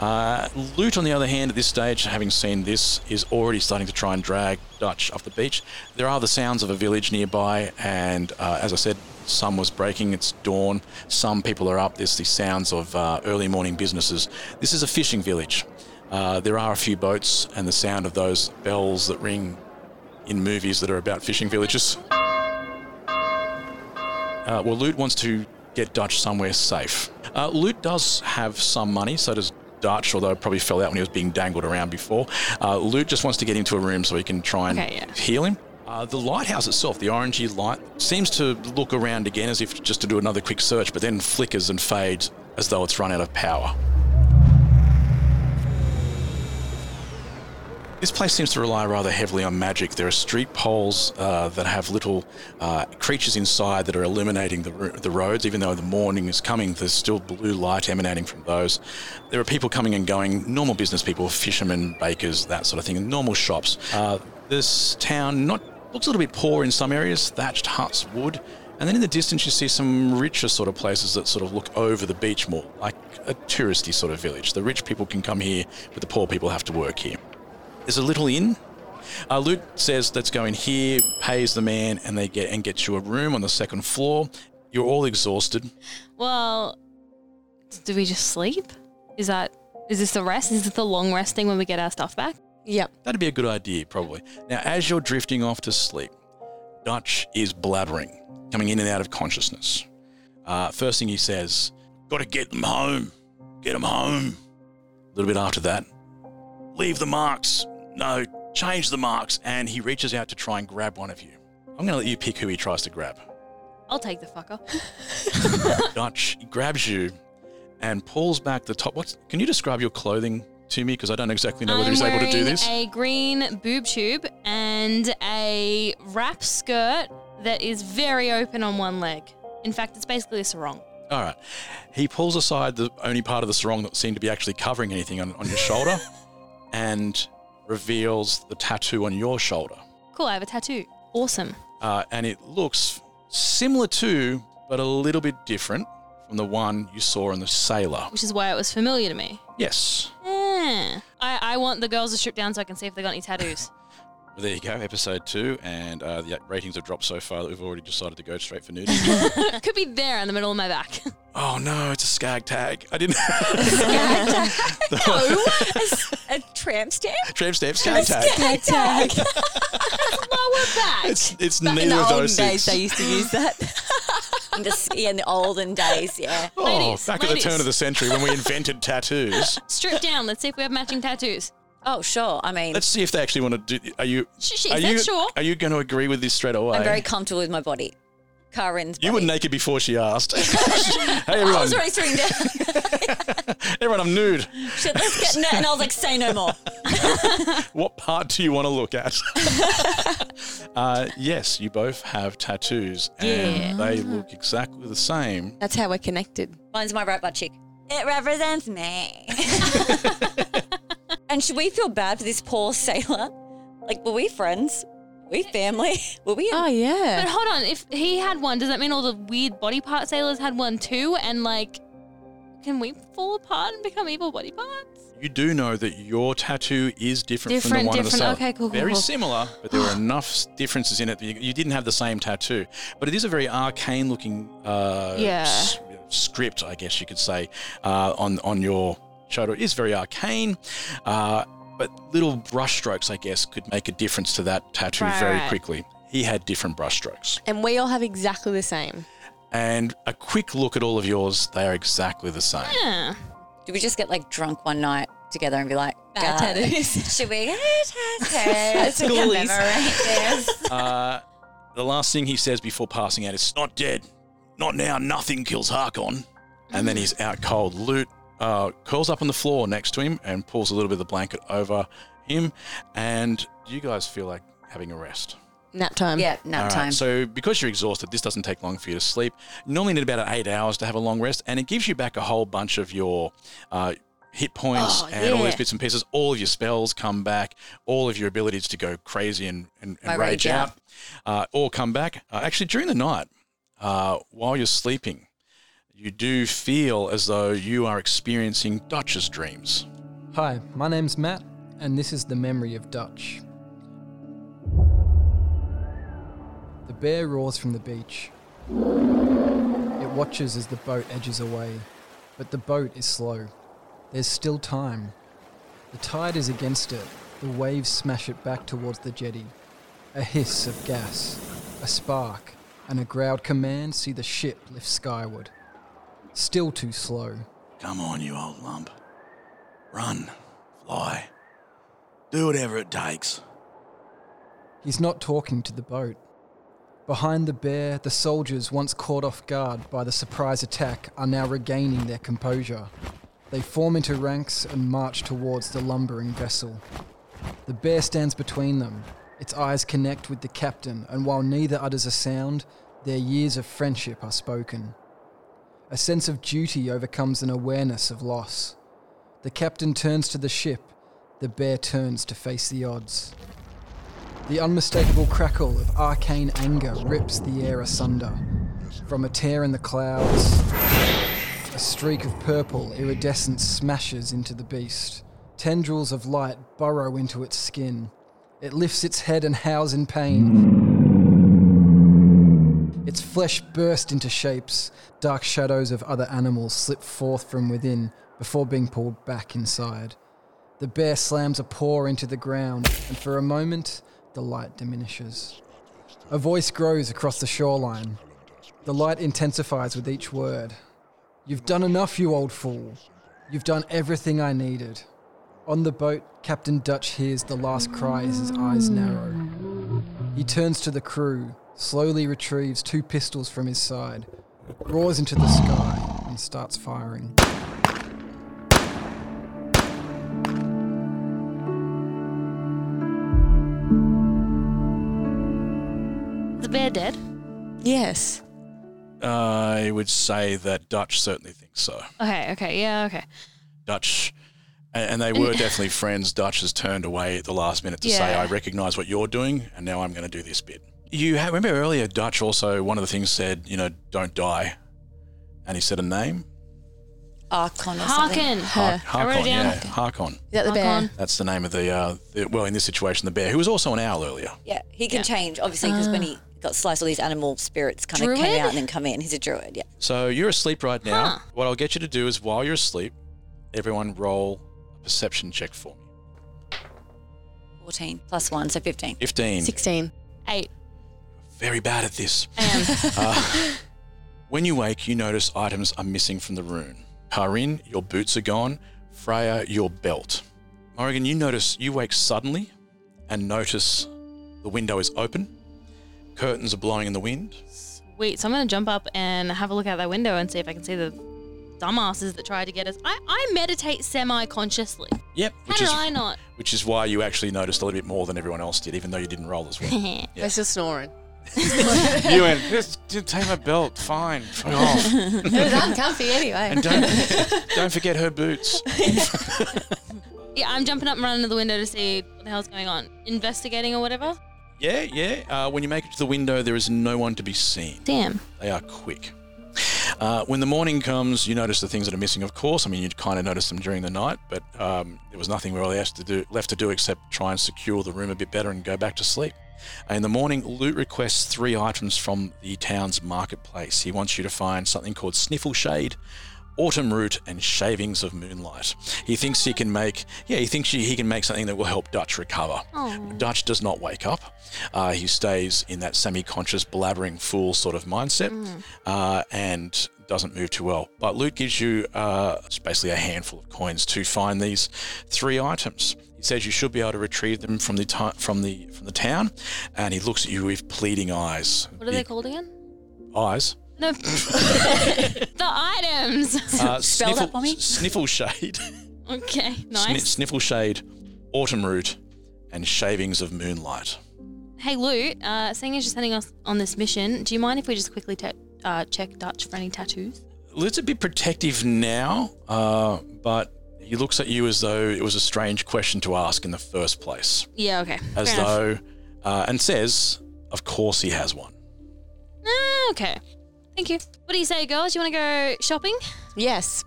[SPEAKER 1] Uh, Loot, on the other hand, at this stage, having seen this, is already starting to try and drag Dutch off the beach. There are the sounds of a village nearby, and uh, as I said, sun was breaking. It's dawn. Some people are up. There's the sounds of uh, early morning businesses. This is a fishing village. Uh, there are a few boats, and the sound of those bells that ring in movies that are about fishing villages. Uh, well, Loot wants to get Dutch somewhere safe. Uh, Loot does have some money, so does Dutch, although it probably fell out when he was being dangled around before. Uh, Loot just wants to get into a room so he can try and
[SPEAKER 4] Okay, yeah.
[SPEAKER 1] heal him. Uh, the lighthouse itself, the orangey light, seems to look around again as if just to do another quick search, but then flickers and fades as though it's run out of power. This place seems to rely rather heavily on magic. There are street poles uh, that have little uh, creatures inside that are illuminating the, ro- the roads. Even though the morning is coming, there's still blue light emanating from those. There are people coming and going, normal business people, fishermen, bakers, that sort of thing, normal shops. Uh, this town not looks a little bit poor in some areas, thatched huts, wood. And then in the distance, you see some richer sort of places that sort of look over the beach more, like a touristy sort of village. The rich people can come here, but the poor people have to work here. There's a little inn. Uh, Luke says, "Let's go in here." Pays the man, and they get and gets you a room on the second floor. You're all exhausted.
[SPEAKER 4] Well, do we just sleep? Is that is this the rest? Is this the long rest thing when we get our stuff back?
[SPEAKER 5] Yep.
[SPEAKER 1] That'd be a good idea, probably. Now, as you're drifting off to sleep, Dutch is blabbering, coming in and out of consciousness. Uh, first thing he says, "Got to get them home. Get them home." A little bit after that, leave the marks. No, change the marks. And he reaches out to try and grab one of you. I'm going to let you pick who he tries to grab.
[SPEAKER 4] I'll take the fucker.
[SPEAKER 1] Dutch grabs you and pulls back the top. What's, can you describe your clothing to me? Because I don't exactly know whether
[SPEAKER 4] I'm
[SPEAKER 1] he's able to do
[SPEAKER 4] wearing
[SPEAKER 1] this.
[SPEAKER 4] A green boob tube and a wrap skirt that is very open on one leg. In fact, it's basically a sarong.
[SPEAKER 1] All right. He pulls aside the only part of the sarong that seemed to be actually covering anything on, on your shoulder and reveals the tattoo on your shoulder.
[SPEAKER 4] Cool, I have a tattoo. Awesome.
[SPEAKER 1] Uh, and it looks similar to, but a little bit different from the one you saw on the sailor.
[SPEAKER 4] Which is why it was familiar to me.
[SPEAKER 1] Yes.
[SPEAKER 4] Eh. I, I want the girls to strip down so I can see if they got any tattoos.
[SPEAKER 1] Well, there you go, episode two. And uh, the ratings have dropped so far that we've already decided to go straight for nudity.
[SPEAKER 4] Could be there in the middle of my back.
[SPEAKER 1] Oh no, it's a skag tag. I didn't.
[SPEAKER 3] No. a, s- a tramp stamp?
[SPEAKER 1] Tramp stamp skag tag.
[SPEAKER 3] Skag tag. Lower back.
[SPEAKER 1] It's it's
[SPEAKER 5] In
[SPEAKER 1] neither
[SPEAKER 5] the
[SPEAKER 1] of
[SPEAKER 5] olden
[SPEAKER 1] those things.
[SPEAKER 5] days, they used to use that.
[SPEAKER 3] In the, s- yeah, in the olden days, yeah.
[SPEAKER 1] oh,
[SPEAKER 4] Ladies,
[SPEAKER 1] back at
[SPEAKER 4] ladies.
[SPEAKER 1] the turn of the century when we invented tattoos.
[SPEAKER 4] strip down. Let's see if we have matching tattoos.
[SPEAKER 3] Oh, sure. I mean,
[SPEAKER 1] Let's see if they actually want to do. Are you?
[SPEAKER 4] Sh- sh- is
[SPEAKER 1] are
[SPEAKER 4] that
[SPEAKER 1] you?
[SPEAKER 4] sure?
[SPEAKER 1] Are you going to agree with this straight away?
[SPEAKER 3] I'm very comfortable with my body. Karen's body.
[SPEAKER 1] you were naked before she asked. hey everyone!
[SPEAKER 3] I was already sitting down.
[SPEAKER 1] Everyone, I'm nude.
[SPEAKER 3] Shit, let's get, no, and I was like, say no more.
[SPEAKER 1] What part do you want to look at? uh, yes, you both have tattoos, and they look exactly the same.
[SPEAKER 5] That's how we're connected.
[SPEAKER 3] Mine's my right butt cheek. It represents me. and should we feel bad for this poor sailor? Like, were we friends? Were we family? Were we?
[SPEAKER 5] Oh,
[SPEAKER 4] But
[SPEAKER 5] yeah.
[SPEAKER 4] hold on, if he had one, does that mean all the weird body part sailors had one too? And like, can we fall apart and become evil body parts?
[SPEAKER 1] You do know that your tattoo is different, from
[SPEAKER 4] Different,
[SPEAKER 1] the one
[SPEAKER 4] different.
[SPEAKER 1] on the
[SPEAKER 4] Okay, cool, cool,
[SPEAKER 1] Very
[SPEAKER 4] cool.
[SPEAKER 1] similar, but there were enough s- differences in it that you, you didn't have the same tattoo. But it is a very arcane-looking uh,
[SPEAKER 4] Yeah.
[SPEAKER 1] s- script, I guess you could say, uh, on on your shoulder. It is very arcane, uh, but little brush strokes, I guess, could make a difference to that tattoo
[SPEAKER 4] Right,
[SPEAKER 1] very
[SPEAKER 4] right.
[SPEAKER 1] quickly. He had different brush strokes.
[SPEAKER 5] And we all have exactly the same.
[SPEAKER 1] And a quick look at all of yours, they are exactly the same.
[SPEAKER 4] Yeah.
[SPEAKER 3] Do we just get like drunk one night together and be like, "Guys,
[SPEAKER 4] Bad tattoos."
[SPEAKER 3] Should we get tattoos? to
[SPEAKER 1] Ghoulies.
[SPEAKER 3] commemorate this?
[SPEAKER 1] Uh, the last thing he says before passing out is, "Not dead, not now. Nothing kills Harkon." And then he's out cold. Loot uh, curls up on the floor next to him and pulls a little bit of the blanket over him. And do you guys feel like having a rest?
[SPEAKER 5] Nap
[SPEAKER 4] Um,
[SPEAKER 5] time.
[SPEAKER 3] yeah, nap
[SPEAKER 1] All right,
[SPEAKER 3] time.
[SPEAKER 1] So because you're exhausted, this doesn't take long for you to sleep. You normally need about eight hours to have a long rest, and it gives you back a whole bunch of your uh, hit points
[SPEAKER 7] Oh,
[SPEAKER 1] and all these
[SPEAKER 7] yeah.
[SPEAKER 1] bits and pieces. All of your spells come back. All of your abilities to go crazy and, and,
[SPEAKER 3] My
[SPEAKER 1] and rage
[SPEAKER 3] rage
[SPEAKER 1] out, uh, all come back. Uh, actually, during the night, uh, while you're sleeping, you do feel as though you are experiencing Dutch's dreams.
[SPEAKER 11] Hi, my name's Matt, and this is the memory of Dutch. The bear roars from the beach. It watches as the boat edges away, but the boat is slow. There's still time. The tide is against it. The waves smash it back towards the jetty. A hiss of gas, a spark, and a growled command see the ship lift skyward. Still too slow.
[SPEAKER 1] Come on, you old lump. Run, fly, do whatever it takes.
[SPEAKER 11] He's not talking to the boat. Behind the bear, the soldiers, once caught off guard by the surprise attack, are now regaining their composure. They form into ranks and march towards the lumbering vessel. The bear stands between them. Its eyes connect with the captain, and while neither utters a sound, their years of friendship are spoken. A sense of duty overcomes an awareness of loss. The captain turns to the ship, the bear turns to face the odds. The unmistakable crackle of arcane anger rips the air asunder. From a tear in the clouds, a streak of purple iridescence smashes into the beast. Tendrils of light burrow into its skin. It lifts its head and howls in pain. Its flesh bursts into shapes. Dark shadows of other animals slip forth from within before being pulled back inside. The bear slams a paw into the ground, and for a moment, the light diminishes. A voice grows across the shoreline. The light intensifies with each word. You've done enough, you old fool. You've done everything I needed. On the boat, Captain Dutch hears the last cry as his eyes narrow. He turns to the crew, slowly retrieves two pistols from his side, roars into the sky, and starts firing.
[SPEAKER 4] The bear dead.
[SPEAKER 5] Yes.
[SPEAKER 1] I would say that Dutch certainly thinks so.
[SPEAKER 4] Okay. Okay. Yeah. Okay.
[SPEAKER 1] Dutch, and and they were definitely friends. Dutch has turned away at the last minute to say,
[SPEAKER 4] Yeah.
[SPEAKER 1] I recognize what you're doing, and now I'm going to do this bit. You ha- remember earlier, Dutch also, one of the things said, you know, don't die. And he said a name?
[SPEAKER 3] Archon or something.
[SPEAKER 4] Harkin.
[SPEAKER 5] Her.
[SPEAKER 1] Harkon,
[SPEAKER 4] wrote it down.
[SPEAKER 1] yeah. Harkon.
[SPEAKER 5] Is that the bear?
[SPEAKER 4] Harkon.
[SPEAKER 1] That's the name of the, uh, the, well, in this situation, the bear, who was also an owl earlier.
[SPEAKER 3] Yeah, he can change obviously because when he got sliced, all these animal spirits kind of
[SPEAKER 4] Ah. Druid?
[SPEAKER 3] came out and then come in. He's a druid. Yeah.
[SPEAKER 1] So you're asleep right now.
[SPEAKER 4] Huh.
[SPEAKER 1] What I'll get you to do is while you're asleep, everyone roll a perception check for me.
[SPEAKER 3] 14 plus 1, so 15.
[SPEAKER 1] 15.
[SPEAKER 5] 16.
[SPEAKER 4] Eight.
[SPEAKER 1] Very bad at this.
[SPEAKER 4] And
[SPEAKER 1] Uh, when you wake, you notice items are missing from the rune. Karin, your boots are gone. Freya, your belt. Morrigan, you notice you wake suddenly and notice the window is open. Curtains are blowing in the wind.
[SPEAKER 4] wait, so I'm gonna jump up and have a look out that window and see if I can see the dumbasses that tried to get us. I, I meditate semi-consciously.
[SPEAKER 1] Yep.
[SPEAKER 4] How
[SPEAKER 1] Which
[SPEAKER 4] did
[SPEAKER 1] is,
[SPEAKER 4] I not?
[SPEAKER 1] which is why you actually noticed a little bit more than everyone else did, even though you didn't roll as well.
[SPEAKER 5] They're still snoring.
[SPEAKER 1] you went, just take my belt, fine, fuck off.
[SPEAKER 5] it was uncomfy anyway.
[SPEAKER 1] And don't, don't forget her boots.
[SPEAKER 4] Yeah, I'm jumping up and running to the window to see what the hell's going on. Investigating or whatever.
[SPEAKER 1] Yeah, yeah. Uh, when you make it to the window, there is no one to be seen.
[SPEAKER 4] Damn.
[SPEAKER 1] They are quick. Uh, when the morning comes, you notice the things that are missing, of course. I mean, you'd kind of notice them during the night, but um, there was nothing really else to do, left to do except try and secure the room a bit better and go back to sleep. In the morning, Loot requests three items from the town's marketplace. He wants you to find something called Sniffle Shade, Autumn Root, and Shavings of Moonlight. He thinks he can make, yeah, he thinks he he can make something that will help Dutch recover. Dutch does not wake up. Uh,
[SPEAKER 4] Mm.
[SPEAKER 1] he stays in that semi conscious, blabbering fool sort of mindset. Uh, and doesn't move too well. But loot gives you uh, it's basically a handful of coins to find these three items. He says you should be able to retrieve them from the ti from the from the town, and he looks at you with pleading eyes.
[SPEAKER 4] What are they called again?
[SPEAKER 1] Big Eyes.
[SPEAKER 4] No. the items.
[SPEAKER 1] Uh, sniffle, Sniffle shade.
[SPEAKER 4] Okay,
[SPEAKER 1] Sni-
[SPEAKER 4] nice.
[SPEAKER 1] sniffle shade, autumn root, and shavings of moonlight.
[SPEAKER 4] Hey, Lute, uh, seeing as you're sending us on this mission, do you mind if we just quickly ta- uh, check Dutch for any tattoos?
[SPEAKER 1] Lid's a bit protective now, uh, but he looks at you as though it was a strange question to ask in the first place.
[SPEAKER 4] Yeah, okay.
[SPEAKER 1] As
[SPEAKER 4] Fair enough.
[SPEAKER 1] though, uh, and says, of course he has one.
[SPEAKER 4] Ah, okay. Thank you. What do you say, girls? You want to go shopping? Yes.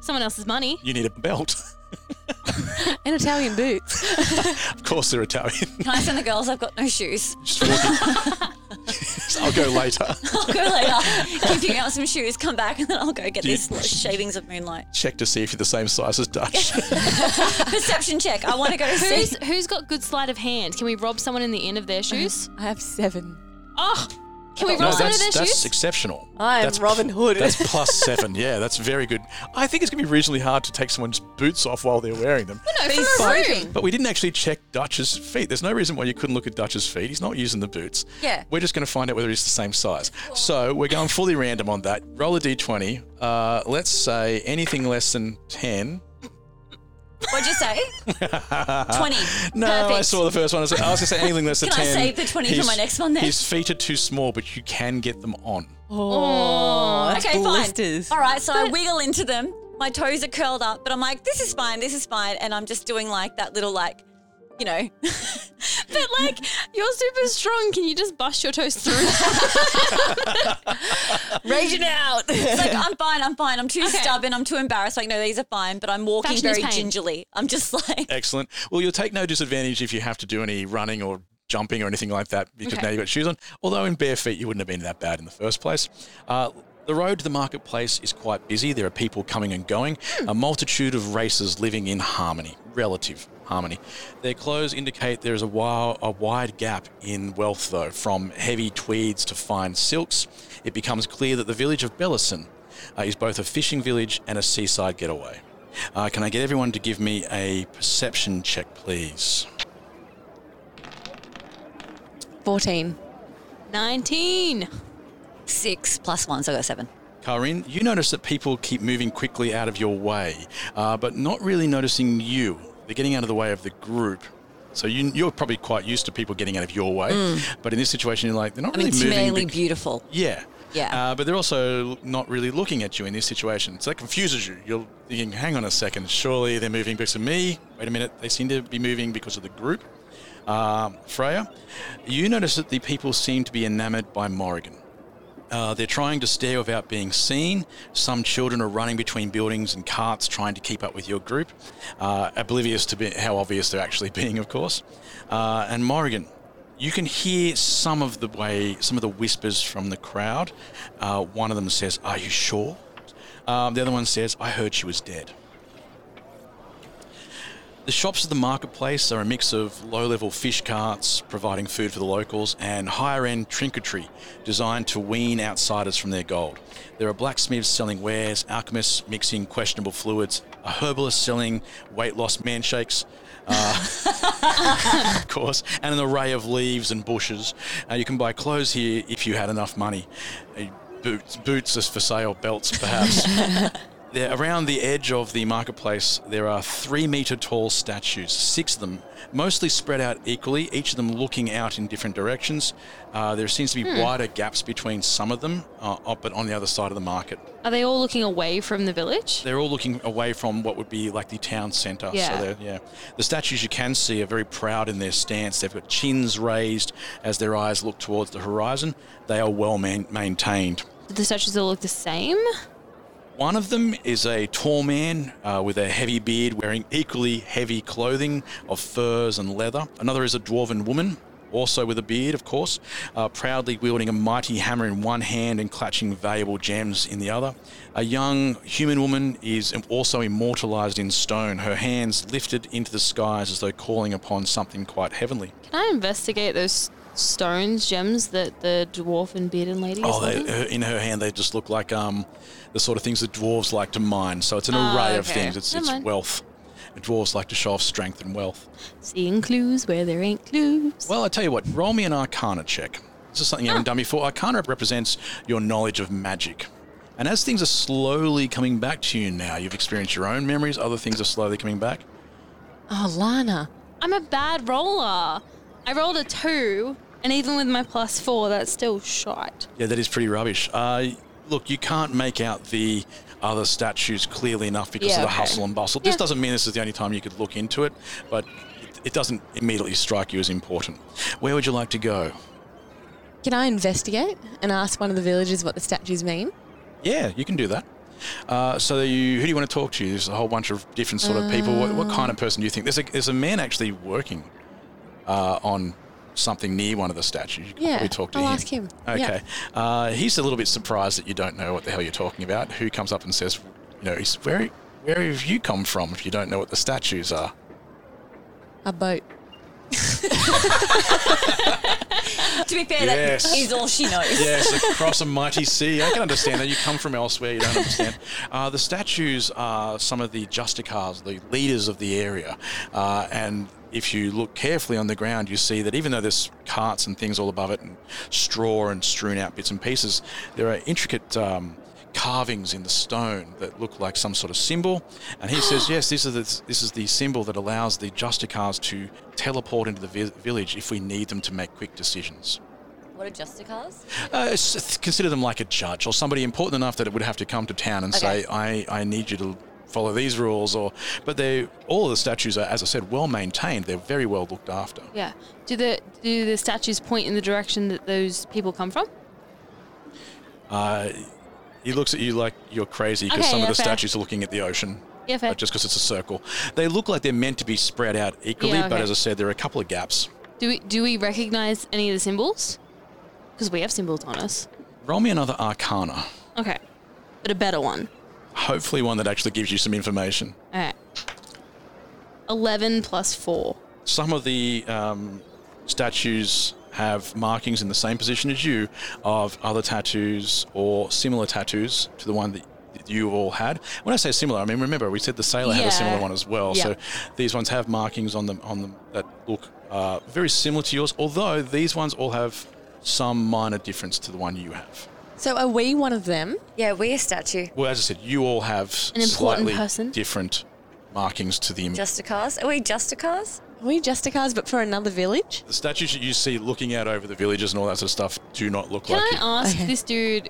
[SPEAKER 4] Someone else's money.
[SPEAKER 1] You need a belt.
[SPEAKER 4] And Italian boots.
[SPEAKER 1] of course they're Italian.
[SPEAKER 3] Can I send the girls? I've got no shoes.
[SPEAKER 1] So I'll go later.
[SPEAKER 3] I'll go later. Keep picking up some shoes, come back, and then I'll go get
[SPEAKER 1] Do you-
[SPEAKER 3] these little shavings of moonlight.
[SPEAKER 1] Check to see if you're the same size as Dutch.
[SPEAKER 3] Perception check. I want to go to see.
[SPEAKER 4] Who's, who's got good sleight of hand? Can we rob someone in the end of their shoes? I have seven. Oh, can we rob
[SPEAKER 1] no,
[SPEAKER 4] someone
[SPEAKER 1] that's,
[SPEAKER 4] in their
[SPEAKER 1] that's
[SPEAKER 4] shoes?
[SPEAKER 1] exceptional.
[SPEAKER 4] I am
[SPEAKER 1] that's,
[SPEAKER 4] Robin Hood.
[SPEAKER 1] That's plus seven. Yeah, that's very good. I think it's going to be reasonably hard to take someone's boots off while they're wearing them.
[SPEAKER 4] No, from a room.
[SPEAKER 1] But we didn't actually check Dutch's feet. There's no reason why you couldn't look at Dutch's feet. He's not using the boots.
[SPEAKER 4] Yeah.
[SPEAKER 1] We're just going to find out whether he's the same size. So we're going fully random on that. Roll a d20. Uh, let's say anything less than 10.
[SPEAKER 3] What'd you say?
[SPEAKER 1] 20. no, I
[SPEAKER 3] Perfect.
[SPEAKER 1] saw the first one. I was, I was going to say anything less than
[SPEAKER 3] Can I
[SPEAKER 1] 10.
[SPEAKER 3] save the 20 for
[SPEAKER 1] His-
[SPEAKER 3] my next one then?
[SPEAKER 1] His feet are too small, but you can get them on.
[SPEAKER 3] Oh,
[SPEAKER 1] that's
[SPEAKER 3] okay,
[SPEAKER 1] blisters.
[SPEAKER 3] fine. All right, so I wiggle into them. My toes are curled up, but I'm like, this is fine, this is fine, and I'm just doing like that little like, you know,
[SPEAKER 4] But like, you're super strong. Can you just bust your toes through?
[SPEAKER 3] raging out. It's like I'm fine, I'm fine. I'm too stubborn. I'm too embarrassed. Like no, these are fine, but I'm walking
[SPEAKER 4] Fashion is
[SPEAKER 3] very
[SPEAKER 4] pain.
[SPEAKER 3] gingerly. I'm just like
[SPEAKER 1] Excellent. Well, you'll take no disadvantage if you have to do any running or jumping or anything like that because
[SPEAKER 3] Okay.
[SPEAKER 1] now you've got shoes on. Although in bare feet, you wouldn't have been that bad in the first place. Uh, the road to the marketplace is quite busy. There are people coming and going, a multitude of races living in harmony, relative harmony. Their clothes indicate there is a, wi- a wide gap in wealth, though, from heavy tweeds to fine silks. It becomes clear that the village of Bellison uh, is both a fishing village and a seaside getaway. Uh, can I get everyone to give me a perception check, please?
[SPEAKER 5] 14.
[SPEAKER 4] 19.
[SPEAKER 3] Six plus one, so I got seven.
[SPEAKER 1] Karin, you notice that people keep moving quickly out of your way, uh, but not really noticing you. They're getting out of the way of the group. So you, you're probably quite used to people getting out of your way,
[SPEAKER 3] Mm.
[SPEAKER 1] but in this situation, you're like, they're not
[SPEAKER 3] I mean,
[SPEAKER 1] really
[SPEAKER 3] it's
[SPEAKER 1] moving.
[SPEAKER 3] mainly
[SPEAKER 1] bec-
[SPEAKER 3] beautiful.
[SPEAKER 1] yeah.
[SPEAKER 3] Yeah.
[SPEAKER 1] Uh, but they're also not really looking at you in this situation. So that confuses you. You're thinking, hang on a second, surely they're moving because of me. Wait a minute, they seem to be moving because of the group. Um, Freya, you notice that the people seem to be enamored by Morrigan. Uh, they're trying to stare without being seen. Some children are running between buildings and carts trying to keep up with your group, uh, oblivious to be, how obvious they're actually being, of course. Uh, and Morrigan, you can hear some of the way, some of the whispers from the crowd. Uh, one of them says, "Are you sure?" Um, the other one says, "I heard she was dead." The shops of the marketplace are a mix of low level fish carts providing food for the locals and higher end trinketry designed to wean outsiders from their gold. There are blacksmiths selling wares, alchemists mixing questionable fluids, a herbalist selling weight loss man shakes. uh, of course, and an array of leaves and bushes. Uh, you can buy clothes here if you had enough money. Uh, boots, boots is for sale, belts perhaps. There, around the edge of the marketplace, there are three metre tall statues, six of them, mostly spread out equally, each of them looking out in different directions. Uh, there seems to be
[SPEAKER 4] Hmm.
[SPEAKER 1] wider gaps between some of them, uh, up- but on the other side of the market.
[SPEAKER 4] Are they all looking away from the village?
[SPEAKER 1] They're all looking away from what would be like the town centre.
[SPEAKER 4] Yeah.
[SPEAKER 1] So they're- yeah. The statues you can see are very proud in their stance. They've got chins raised as their eyes look towards the horizon. They are well man- maintained.
[SPEAKER 4] Do the statues all look the same?
[SPEAKER 1] One of them is a tall man uh, with a heavy beard wearing equally heavy clothing of furs and leather. Another is a dwarven woman, also with a beard, of course, uh, proudly wielding a mighty hammer in one hand and clutching valuable gems in the other. A young human woman is also immortalized in stone, her hands lifted into the skies as though calling upon something quite heavenly.
[SPEAKER 4] Can I investigate those stones, gems that the dwarf and bearded lady. is
[SPEAKER 1] Oh, they,
[SPEAKER 4] holding?
[SPEAKER 1] her, in her hand, they just look like um, the sort of things that dwarves like to mine. So it's an
[SPEAKER 4] Ah,
[SPEAKER 1] array of
[SPEAKER 4] okay.
[SPEAKER 1] things. It's,
[SPEAKER 4] Never
[SPEAKER 1] it's
[SPEAKER 4] mind.
[SPEAKER 1] wealth. Dwarves like to show off strength and wealth.
[SPEAKER 4] Seeing clues where there ain't clues.
[SPEAKER 1] Well, I tell you what, roll me an Arcana check. This is something you
[SPEAKER 4] Ah.
[SPEAKER 1] haven't done before. Arcana represents your knowledge of magic. And as things are slowly coming back to you now, you've experienced your own memories, other things are slowly coming back.
[SPEAKER 5] Oh, Lana.
[SPEAKER 4] I'm a bad roller. I rolled a two, and even with my plus four, that's still shite.
[SPEAKER 1] Yeah, that is pretty rubbish. Uh, look, you can't make out the other statues clearly enough because
[SPEAKER 4] Yeah,
[SPEAKER 1] of the
[SPEAKER 4] okay.
[SPEAKER 1] hustle and bustle. This doesn't mean this is the only time you could look into it, but it, it doesn't immediately strike you as important. Where would you like to go?
[SPEAKER 5] Can I investigate and ask one of the villagers what the statues mean?
[SPEAKER 1] Yeah, you can do that. Uh, so you, who do you want to talk to? There's a whole bunch of different sort of people. What, what kind of person do you think? There's a, there's a man actually working uh, on something near one of the statues. You could
[SPEAKER 5] Yeah,
[SPEAKER 1] probably talk to
[SPEAKER 5] I'll
[SPEAKER 1] him.
[SPEAKER 5] ask him. Yeah.
[SPEAKER 1] Okay. Uh, he's a little bit surprised that you don't know what the hell you're talking about. Who comes up and says, you know, he's, where where have you come from if you don't know what the statues are?
[SPEAKER 5] A boat.
[SPEAKER 3] to be fair,
[SPEAKER 1] Yes.
[SPEAKER 3] that is all she knows.
[SPEAKER 1] yes, across a mighty sea. I can understand that. You come from elsewhere, you don't understand. Uh, the statues are some of the justicars, the leaders of the area. Uh, and if you look carefully on the ground, you see that even though there's carts and things all above it, and straw and strewn out bits and pieces, there are intricate. Um, carvings in the stone that look like some sort of symbol and he says yes this is the, this is the symbol that allows the justicars to teleport into the vi- village if we need them to make quick decisions
[SPEAKER 3] What are Justicars?
[SPEAKER 1] uh, s- th- consider them like a judge or somebody important enough that it would have to come to town and
[SPEAKER 3] Okay.
[SPEAKER 1] say, I, I need you to follow these rules. Or, but they all of the statues are, as I said, well maintained. They're very well looked after.
[SPEAKER 4] Yeah. Do the do the statues point in the direction that those people come from?
[SPEAKER 1] Uh, he looks at you like you're crazy because
[SPEAKER 4] Okay,
[SPEAKER 1] some
[SPEAKER 4] yeah,
[SPEAKER 1] of the
[SPEAKER 4] fair.
[SPEAKER 1] statues are looking at the ocean.
[SPEAKER 4] Yeah, fair.
[SPEAKER 1] But just because it's a circle, they look like they're meant to be spread out equally.
[SPEAKER 4] Yeah,
[SPEAKER 1] But
[SPEAKER 4] okay.
[SPEAKER 1] as I said, there are a couple of gaps.
[SPEAKER 4] Do we do we recognize any of the symbols? Because we have symbols on us.
[SPEAKER 1] Roll me another Arcana.
[SPEAKER 4] Okay. But a better one.
[SPEAKER 1] Hopefully, one that actually gives you some information.
[SPEAKER 4] All right. Eleven plus four.
[SPEAKER 1] some of the um, statues have markings in the same position as you of other tattoos or similar tattoos to the one that you all had. When I say similar, I mean remember we said the sailor had
[SPEAKER 4] Yeah.
[SPEAKER 1] a similar one as well. So
[SPEAKER 4] Yeah.
[SPEAKER 1] these ones have markings on them on them that look uh, very similar to yours. Although these ones all have some minor difference to the one you have.
[SPEAKER 5] So are we one of them?
[SPEAKER 3] Yeah, we're a statue.
[SPEAKER 1] Well, as I said, you all have
[SPEAKER 3] An important
[SPEAKER 1] slightly
[SPEAKER 3] person.
[SPEAKER 1] different markings to the
[SPEAKER 3] Justicars? Are we Justicars?
[SPEAKER 5] Are we Justicars but for another village?
[SPEAKER 1] The statues that you see looking out over the villages and all that sort of stuff do not look
[SPEAKER 4] Can
[SPEAKER 1] like you.
[SPEAKER 4] I ask this dude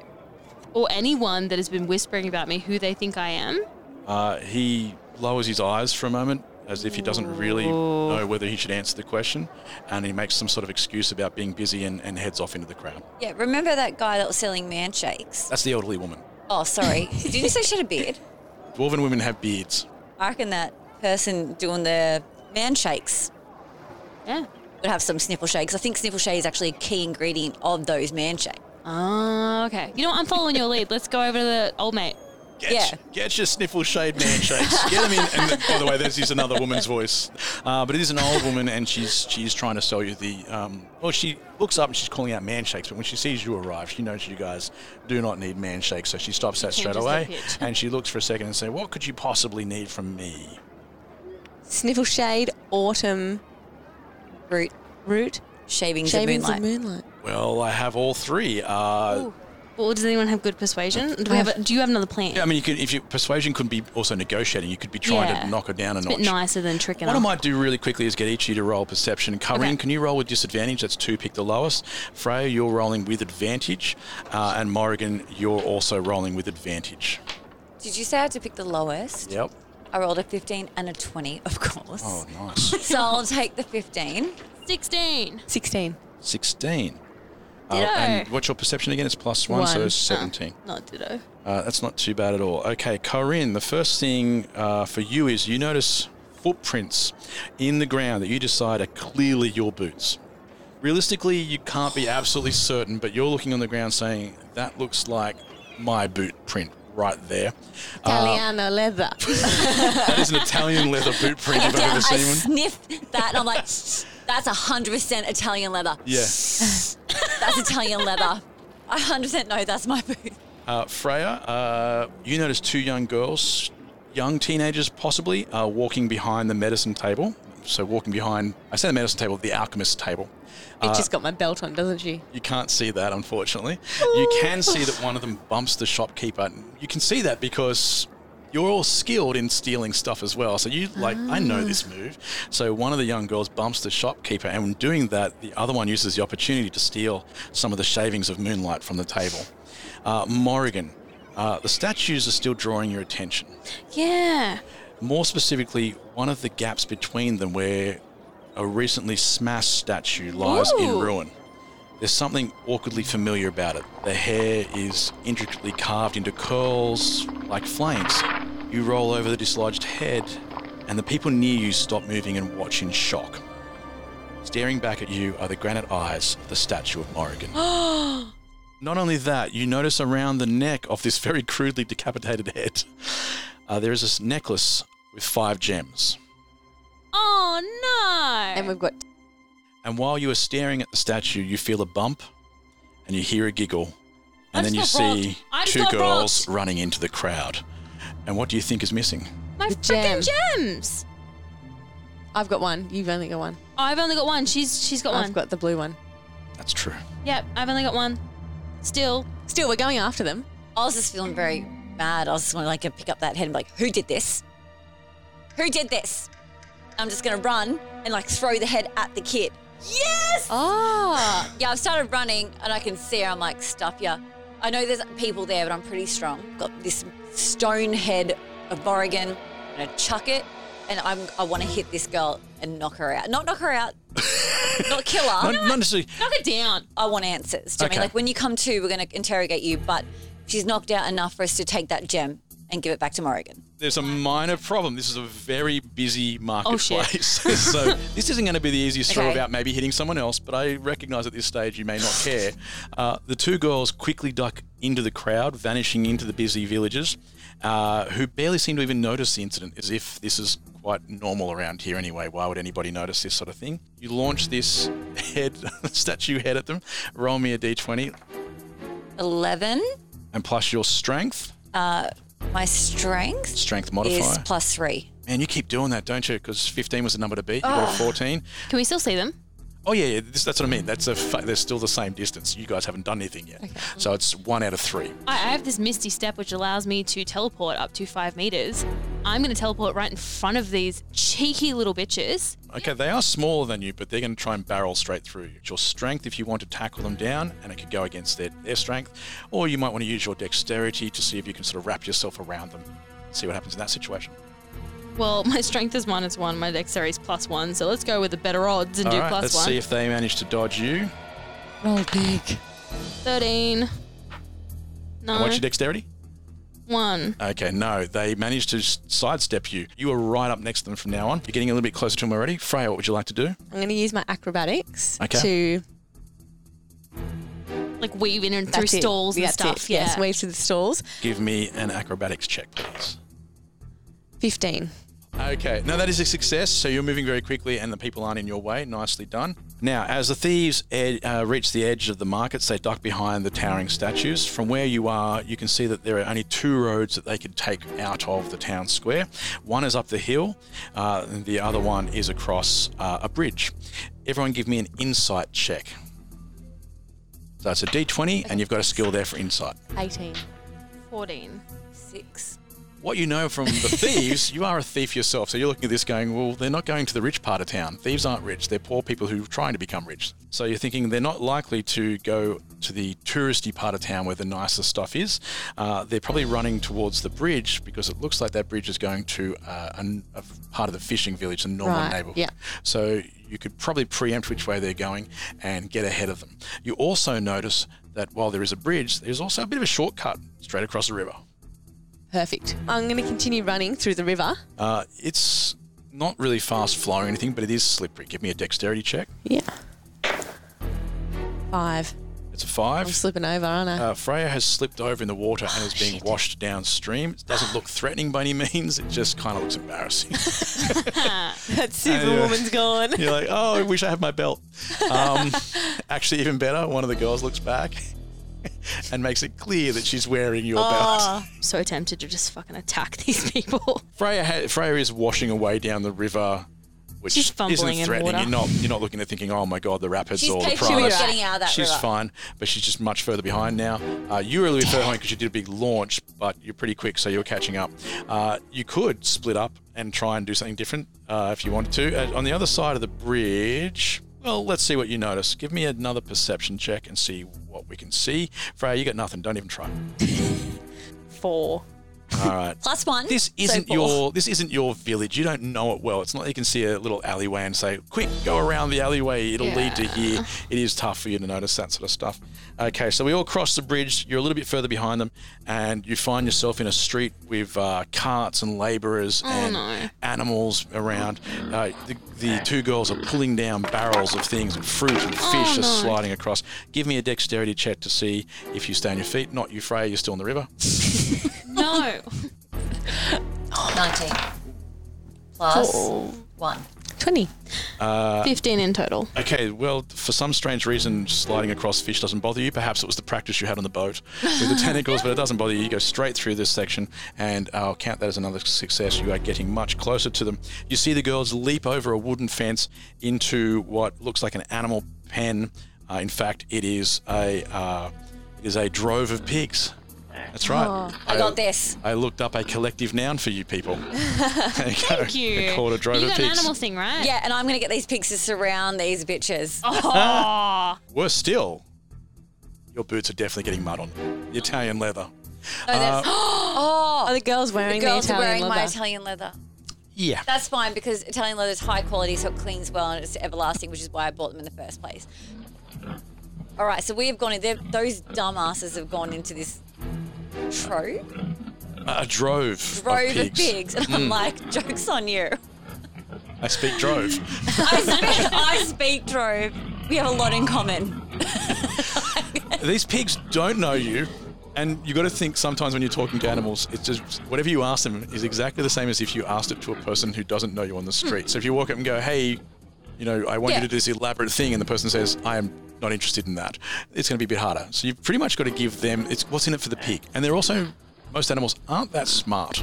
[SPEAKER 4] or anyone that has been whispering about me who they think I am?
[SPEAKER 1] Uh, he lowers his eyes for a moment as if he doesn't really know whether he should answer the question, and he makes some sort of excuse about being busy and, and heads off into the crowd.
[SPEAKER 3] Yeah, remember that guy that was selling man shakes?
[SPEAKER 1] That's the elderly woman.
[SPEAKER 3] Oh, sorry. Did you say she had a beard?
[SPEAKER 1] Dwarven women have beards.
[SPEAKER 3] I reckon that person doing the man shakes
[SPEAKER 4] yeah.
[SPEAKER 3] would have some sniffle shakes. I think sniffle shake is actually a key ingredient of those man shakes.
[SPEAKER 4] Oh, okay. You know what? I'm following your lead. Let's go over to the old mate.
[SPEAKER 1] Get, get your sniffle shade man shakes. Get them in. And the- by the way, there's is another woman's voice, uh, but it is an old woman, and she's she's trying to sell you the. Um, well, she looks up and she's calling out man shakes, but when she sees you arrive, she knows you guys do not need man shakes, so she stops that straight
[SPEAKER 5] Changes the
[SPEAKER 1] away,
[SPEAKER 5] pitch.
[SPEAKER 1] and she looks for a second and says, "What could you possibly need from me?"
[SPEAKER 5] Sniffle shade, autumn
[SPEAKER 3] root.
[SPEAKER 5] Root.
[SPEAKER 3] Shavings,
[SPEAKER 4] of
[SPEAKER 5] of
[SPEAKER 4] moonlight.
[SPEAKER 5] moonlight.
[SPEAKER 1] Well, I have all three. Uh,
[SPEAKER 4] Well, does anyone have good persuasion? Do we have? A, do you have another plan?
[SPEAKER 1] yeah, I mean, you could if you, persuasion could be also negotiating. You could be trying
[SPEAKER 4] Yeah.
[SPEAKER 1] to knock her down a
[SPEAKER 4] It's a
[SPEAKER 1] notch.
[SPEAKER 4] bit nicer than tricking.
[SPEAKER 1] What I
[SPEAKER 4] her.
[SPEAKER 1] might do really quickly is get each of you to roll perception. Corinne, can you roll with disadvantage? That's two, pick the lowest. Freya, you're rolling with advantage. Uh, and Morrigan, you're also rolling with advantage.
[SPEAKER 3] Did you say I had to pick the lowest?
[SPEAKER 1] Yep.
[SPEAKER 3] I rolled a 15 and a 20, of course.
[SPEAKER 1] Oh, nice.
[SPEAKER 3] So I'll take the 15.
[SPEAKER 4] 16.
[SPEAKER 5] 16.
[SPEAKER 1] 16.
[SPEAKER 4] Ditto.
[SPEAKER 1] Uh, and what's your perception again? It's plus one, so 17.
[SPEAKER 4] not ditto.
[SPEAKER 1] Uh, that's not too bad at all. Okay, Corinne, the first thing uh, for you is you notice footprints in the ground that you decide are clearly your boots. Realistically, you can't be absolutely certain, but you're looking on the ground saying, that looks like my boot print right there. Uh,
[SPEAKER 5] Italiano leather.
[SPEAKER 1] that is an Italian leather boot print if I've
[SPEAKER 3] I
[SPEAKER 1] ever seen one.
[SPEAKER 3] sniffed that and I'm like, That's 100% Italian leather.
[SPEAKER 1] Yeah.
[SPEAKER 3] That's Italian leather. I 100% know that's my boot.
[SPEAKER 1] Uh, Freya, uh, you notice two young girls, young teenagers possibly, are walking behind the medicine table. So walking behind, I say the medicine table, the alchemist's table.
[SPEAKER 5] It
[SPEAKER 1] Uh,
[SPEAKER 5] just got my belt on, doesn't she?
[SPEAKER 1] You can't see that, unfortunately. You can see that one of them bumps the shopkeeper. You can see that because you're all skilled in stealing stuff as well. So you like, I know this move. So one of the young girls bumps the shopkeeper, and when doing that, the other one uses the opportunity to steal some of the shavings of moonlight from the table. Uh, Morrigan, uh, the statues are still drawing your attention.
[SPEAKER 4] Yeah.
[SPEAKER 1] More specifically, one of the gaps between them where a recently smashed statue lies in
[SPEAKER 4] Ooh.
[SPEAKER 1] ruin. There's something awkwardly familiar about it. The hair is intricately carved into curls like flames. You roll over the dislodged head, and the people near you stop moving and watch in shock. Staring back at you are the granite eyes of the statue of Morrigan.
[SPEAKER 4] Oh,
[SPEAKER 1] Not only that, you notice around the neck of this very crudely decapitated head, uh, there is this necklace with five gems.
[SPEAKER 4] Oh no.
[SPEAKER 5] And we've got
[SPEAKER 1] And while you are staring at the statue, you feel a bump and you hear a giggle.
[SPEAKER 4] I
[SPEAKER 1] And then you
[SPEAKER 4] just got
[SPEAKER 1] see
[SPEAKER 4] robbed. I just
[SPEAKER 1] two
[SPEAKER 4] got
[SPEAKER 1] girls running into the crowd. And what do you think is missing?
[SPEAKER 4] My
[SPEAKER 5] The
[SPEAKER 4] freaking gems.
[SPEAKER 5] I've got one. You've only got one.
[SPEAKER 4] I've only got one. She's she's got
[SPEAKER 5] I've
[SPEAKER 4] one.
[SPEAKER 5] got the blue one.
[SPEAKER 1] That's true.
[SPEAKER 4] Yep, I've only got one. Still.
[SPEAKER 5] Still, we're going after them.
[SPEAKER 3] I was just feeling very mad. I was just wanting like to pick up that head and be like, who did this? Who did this? I'm just gonna run and like throw the head at the kid. Yes!
[SPEAKER 1] Oh.
[SPEAKER 5] Ah,
[SPEAKER 3] Yeah, I've started running and I can see her. I'm like, stuff ya. I know there's people there, but I'm pretty strong. Got this stone head of Oregon. I'm gonna chuck it and I'm, I wanna hit this girl and knock her out. Not knock her out, not kill her.
[SPEAKER 1] Not, not necessarily.
[SPEAKER 4] Knock it down.
[SPEAKER 3] I want answers. Do you know what I mean?
[SPEAKER 1] Okay.
[SPEAKER 3] Like when you come to, we're going to interrogate you, but she's knocked out enough for us to take that gem and give it back to Morrigan.
[SPEAKER 1] There's a minor problem. This is a very busy marketplace.
[SPEAKER 4] shit.
[SPEAKER 1] so this isn't going to be the easiest throw
[SPEAKER 3] Oh, Okay.
[SPEAKER 1] about maybe hitting someone else, but I recognize at this stage you may not care. Uh, the two girls quickly duck into the crowd, vanishing into the busy villagers, uh, who barely seem to even notice the incident, as if this is quite normal around here anyway. Why would anybody notice this sort of thing? You launch this head, statue head at them, roll me a d20,
[SPEAKER 3] 11.
[SPEAKER 1] and plus your strength,
[SPEAKER 3] Uh, my strength
[SPEAKER 1] strength
[SPEAKER 3] is
[SPEAKER 1] modifier.
[SPEAKER 3] plus three.
[SPEAKER 1] Man, you keep doing that, don't you? Because 15 was the number to beat. You
[SPEAKER 4] Oh.
[SPEAKER 1] got a 14.
[SPEAKER 4] Can we still see them?
[SPEAKER 1] Oh yeah, yeah. This, that's what I mean. That's a. Fa- they're still the same distance. You guys haven't done anything yet. So it's one out of three.
[SPEAKER 4] I, I have this misty step which allows me to teleport up to five meters. I'm going to teleport right in front of these cheeky little bitches.
[SPEAKER 1] Okay, they are smaller than you, but they're going to try and barrel straight through you. It's your strength if you want to tackle them down, and it could go against their, their strength, or you might want to use your dexterity to see if you can sort of wrap yourself around them. See what happens in that situation.
[SPEAKER 4] Well, my strength is minus one, my dexterity is plus one, so let's go with the better odds and
[SPEAKER 1] All
[SPEAKER 4] do
[SPEAKER 1] right,
[SPEAKER 4] plus
[SPEAKER 1] let's
[SPEAKER 4] one.
[SPEAKER 1] see if they manage to dodge you.
[SPEAKER 5] roll big.
[SPEAKER 4] 13. No.
[SPEAKER 1] And
[SPEAKER 4] Uh-huh.
[SPEAKER 1] what's your dexterity?
[SPEAKER 4] one.
[SPEAKER 1] Okay, no, they managed to s- sidestep you. You are right up next to them from now on. You're getting a little bit closer to them already. Freya, what would you like to do?
[SPEAKER 5] I'm going to use my acrobatics
[SPEAKER 1] Okay.
[SPEAKER 5] to
[SPEAKER 4] Like weave in and
[SPEAKER 5] That's
[SPEAKER 4] through
[SPEAKER 5] it.
[SPEAKER 4] stalls and
[SPEAKER 5] That's
[SPEAKER 4] stuff.
[SPEAKER 5] It. Yes,
[SPEAKER 4] yeah.
[SPEAKER 5] wave to the stalls.
[SPEAKER 1] Give me an acrobatics check, please.
[SPEAKER 5] Fifteen.
[SPEAKER 1] Okay, now that is a success. So you're moving very quickly, and the people aren't in your way. Nicely done. Now, as the thieves ed- uh, reach the edge of the markets, they duck behind the towering statues. From where you are, you can see that there are only two roads that they could take out of the town square. One is up the hill, uh, and the other one is across uh, a bridge. Everyone, give me an insight check. So it's a d20, and you've got a skill there for insight.
[SPEAKER 5] Eighteen.
[SPEAKER 4] 14.
[SPEAKER 3] Six.
[SPEAKER 1] what you know from the thieves, you are a thief yourself. So you're looking at this going, well, they're not going to the rich part of town. Thieves aren't rich. They're poor people who are trying to become rich. So you're thinking they're not likely to go to the touristy part of town where the nicer stuff is. Uh, they're probably running towards the bridge because it looks like that bridge is going to uh, an, a part of the fishing village, a normal
[SPEAKER 5] Right,
[SPEAKER 1] neighborhood.
[SPEAKER 5] yeah.
[SPEAKER 1] So you could probably preempt which way they're going and get ahead of them. You also notice that while there is a bridge, there's also a bit of a shortcut straight across the river.
[SPEAKER 5] Perfect. I'm going to continue running through the river.
[SPEAKER 1] Uh, it's not really fast flow or anything, but it is slippery. Give me a dexterity check.
[SPEAKER 5] Yeah. Five.
[SPEAKER 1] It's a five.
[SPEAKER 5] I'm slipping over, aren't I?
[SPEAKER 1] Uh, Freya has slipped over in the water and is being washed downstream. It doesn't look threatening by any means. It just kind of looks embarrassing.
[SPEAKER 5] that
[SPEAKER 1] Superwoman's
[SPEAKER 5] superwoman's gone.
[SPEAKER 1] You're like, oh, I wish I had my belt. Um, actually, even better, one of the girls looks back and makes it clear that she's wearing your belt.
[SPEAKER 4] I'm so tempted to just fucking attack these people.
[SPEAKER 1] Freya, ha- Freya is washing away down the river, which
[SPEAKER 4] She's fumbling
[SPEAKER 1] isn't
[SPEAKER 4] in
[SPEAKER 1] threatening.
[SPEAKER 4] water.
[SPEAKER 1] You're not, you're not looking at thinking, oh my god, the rapids
[SPEAKER 3] She's
[SPEAKER 1] or the
[SPEAKER 3] capable of
[SPEAKER 1] promise.
[SPEAKER 3] getting out of that
[SPEAKER 1] she's
[SPEAKER 3] river.
[SPEAKER 1] fine, but she's just much further behind now. Uh, you were a little bit further behind because you did a big launch, but you're pretty quick, so you're catching up. Uh, you could split up and try and do something different uh, if you wanted to. Uh, on the other side of the bridge. Well, let's see what you notice. Give me another perception check and see what we can see. Freya, you got nothing. Don't even try.
[SPEAKER 4] Four.
[SPEAKER 1] All right.
[SPEAKER 3] Plus one.
[SPEAKER 1] This isn't
[SPEAKER 3] four.
[SPEAKER 1] your this isn't your village. You don't know it well. It's not like you can see a little alleyway and say, "Quick, go around the alleyway. It'll lead to here." It is tough for you to notice that sort of stuff. Okay, so we all cross the bridge. You're a little bit further behind them, and you find yourself in a street with uh, carts and labourers and animals around. Uh, the, the two girls are pulling down barrels of things, and fruit and fish are sliding across. Give me a dexterity check to see if you stay on your feet. Not you, Freya. You're still in the river.
[SPEAKER 4] No.
[SPEAKER 12] 19. Plus
[SPEAKER 5] Oh.
[SPEAKER 12] 1.
[SPEAKER 4] 20.
[SPEAKER 1] Uh,
[SPEAKER 4] 15 in total.
[SPEAKER 1] Okay, well, for some strange reason, sliding across fish doesn't bother you. Perhaps it was the practice you had on the boat with the tentacles, but it doesn't bother you. You go straight through this section, and I'll count that as another success. You are getting much closer to them. You see the girls leap over a wooden fence into what looks like an animal pen. Uh, in fact, it is a uh, it is a drove of pigs. That's right.
[SPEAKER 3] Oh, I got this.
[SPEAKER 1] I looked up a collective noun for you people. Thank
[SPEAKER 3] you.
[SPEAKER 1] Called a drove of pigs.
[SPEAKER 4] thing, right?
[SPEAKER 3] Yeah, and I'm going to get these pigs to surround these bitches.
[SPEAKER 1] Oh. Worse still, your boots are definitely getting mud on. them. The Italian leather. Uh,
[SPEAKER 3] oh,
[SPEAKER 5] Are the girls
[SPEAKER 3] the
[SPEAKER 5] wearing the,
[SPEAKER 3] girls are
[SPEAKER 5] Italian
[SPEAKER 3] wearing
[SPEAKER 5] leather?
[SPEAKER 3] my Italian leather.
[SPEAKER 1] yeah.
[SPEAKER 3] That's fine because Italian leather is high quality, so it cleans well and it's everlasting, which is why I bought them in the first place. All right, so we have gone in. they've- Those dumbasses have gone into this trove,
[SPEAKER 1] A drove.
[SPEAKER 3] drove
[SPEAKER 1] of
[SPEAKER 3] of
[SPEAKER 1] pigs.
[SPEAKER 3] pigs, and I'm
[SPEAKER 1] Mm.
[SPEAKER 3] like, "Jokes on you!
[SPEAKER 1] I speak drove.
[SPEAKER 3] I speak, I speak drove. We have a lot in common."
[SPEAKER 1] These pigs don't know you. And you got to think sometimes when you're talking to animals, it's just whatever you ask them is exactly the same as if you asked it to a person who doesn't know you on the street. So if you walk up and go, hey, you know, I want
[SPEAKER 3] Hmm. Yeah.
[SPEAKER 1] you to do this elaborate thing, and the person says, I am not interested in that, it's going to be a bit harder. So you've pretty much got to give them it's what's in it for the pig. And they're also, most animals aren't that smart.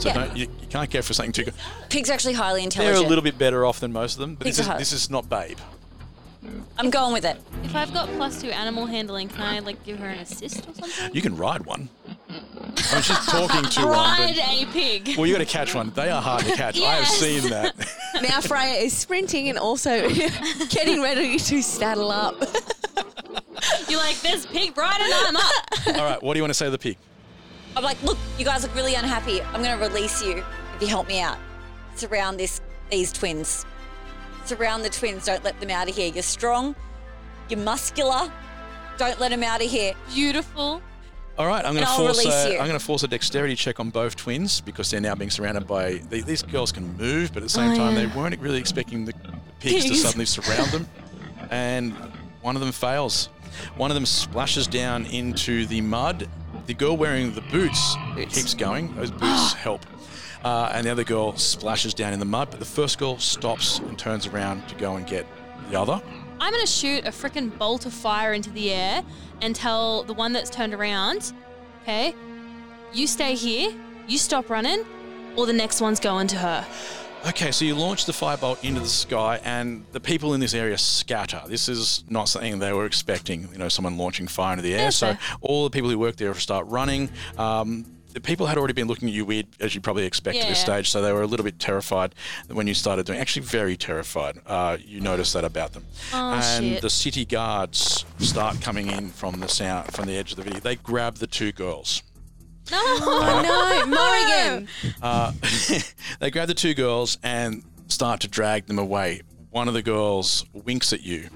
[SPEAKER 1] So
[SPEAKER 3] Yeah.
[SPEAKER 1] don't, you, you can't go for something too good.
[SPEAKER 3] Pigs are actually highly
[SPEAKER 1] They're
[SPEAKER 3] intelligent.
[SPEAKER 1] a little bit better off than most of them, but
[SPEAKER 3] Pigs
[SPEAKER 1] this is,
[SPEAKER 3] are hard.
[SPEAKER 1] this is not babe.
[SPEAKER 3] I'm going with it.
[SPEAKER 4] If I've got plus two animal handling, can I like give her an assist or something?
[SPEAKER 1] You can ride one. I mean, she's talking to one. but-
[SPEAKER 4] Ride a pig.
[SPEAKER 1] Well, you got to catch one. They are hard to catch. I have seen that.
[SPEAKER 5] Now Freya is sprinting and also getting ready to saddle up.
[SPEAKER 4] You're like, there's pig bride and I'm up.
[SPEAKER 1] All right, what do you want to say to the pig?
[SPEAKER 3] I'm like, "Look, you guys look really unhappy. I'm going to release you if you help me out. Surround this these twins. Surround the twins. Don't let them out of here. You're strong. You're muscular. Don't let them out of here.
[SPEAKER 4] Beautiful.
[SPEAKER 1] All right, I'm going
[SPEAKER 3] And
[SPEAKER 1] to
[SPEAKER 3] I'll
[SPEAKER 1] force.
[SPEAKER 3] release
[SPEAKER 1] A,
[SPEAKER 3] you.
[SPEAKER 1] I'm going to force a dexterity check on both twins because they're now being surrounded by. They, these girls can move, but at the same
[SPEAKER 4] Oh,
[SPEAKER 1] time, they
[SPEAKER 4] yeah.
[SPEAKER 1] weren't really expecting the pigs to
[SPEAKER 4] Pigs.
[SPEAKER 1] suddenly surround them, and one of them fails. One of them splashes down into the mud. The girl wearing the boots, keeps going. Those boots help. Uh, and the other girl splashes down in the mud, but the first girl stops and turns around to go and get the other.
[SPEAKER 4] I'm gonna shoot a freaking bolt of fire into the air and tell the one that's turned around, okay, you stay here, you stop running, or the next one's going to her.
[SPEAKER 1] Okay, so you launch the firebolt into the sky, and the people in this area scatter. This is not something they were expecting. You know, someone launching fire into the air.
[SPEAKER 4] Fair,
[SPEAKER 1] so
[SPEAKER 4] fair.
[SPEAKER 1] all the people who work there start running. Um, the people had already been looking at you weird, as you probably expect at this
[SPEAKER 4] Yeah.
[SPEAKER 1] stage. So they were a little bit terrified when you started doing. Actually, very terrified. Uh, you noticed that about them.
[SPEAKER 4] Oh,
[SPEAKER 1] and
[SPEAKER 4] shit.
[SPEAKER 1] the city guards start coming in from the sound, from the edge of the video. They grab the two girls.
[SPEAKER 4] No,
[SPEAKER 5] no, Morrigan.
[SPEAKER 1] Uh, they grab the two girls and start to drag them away. One of the girls winks at you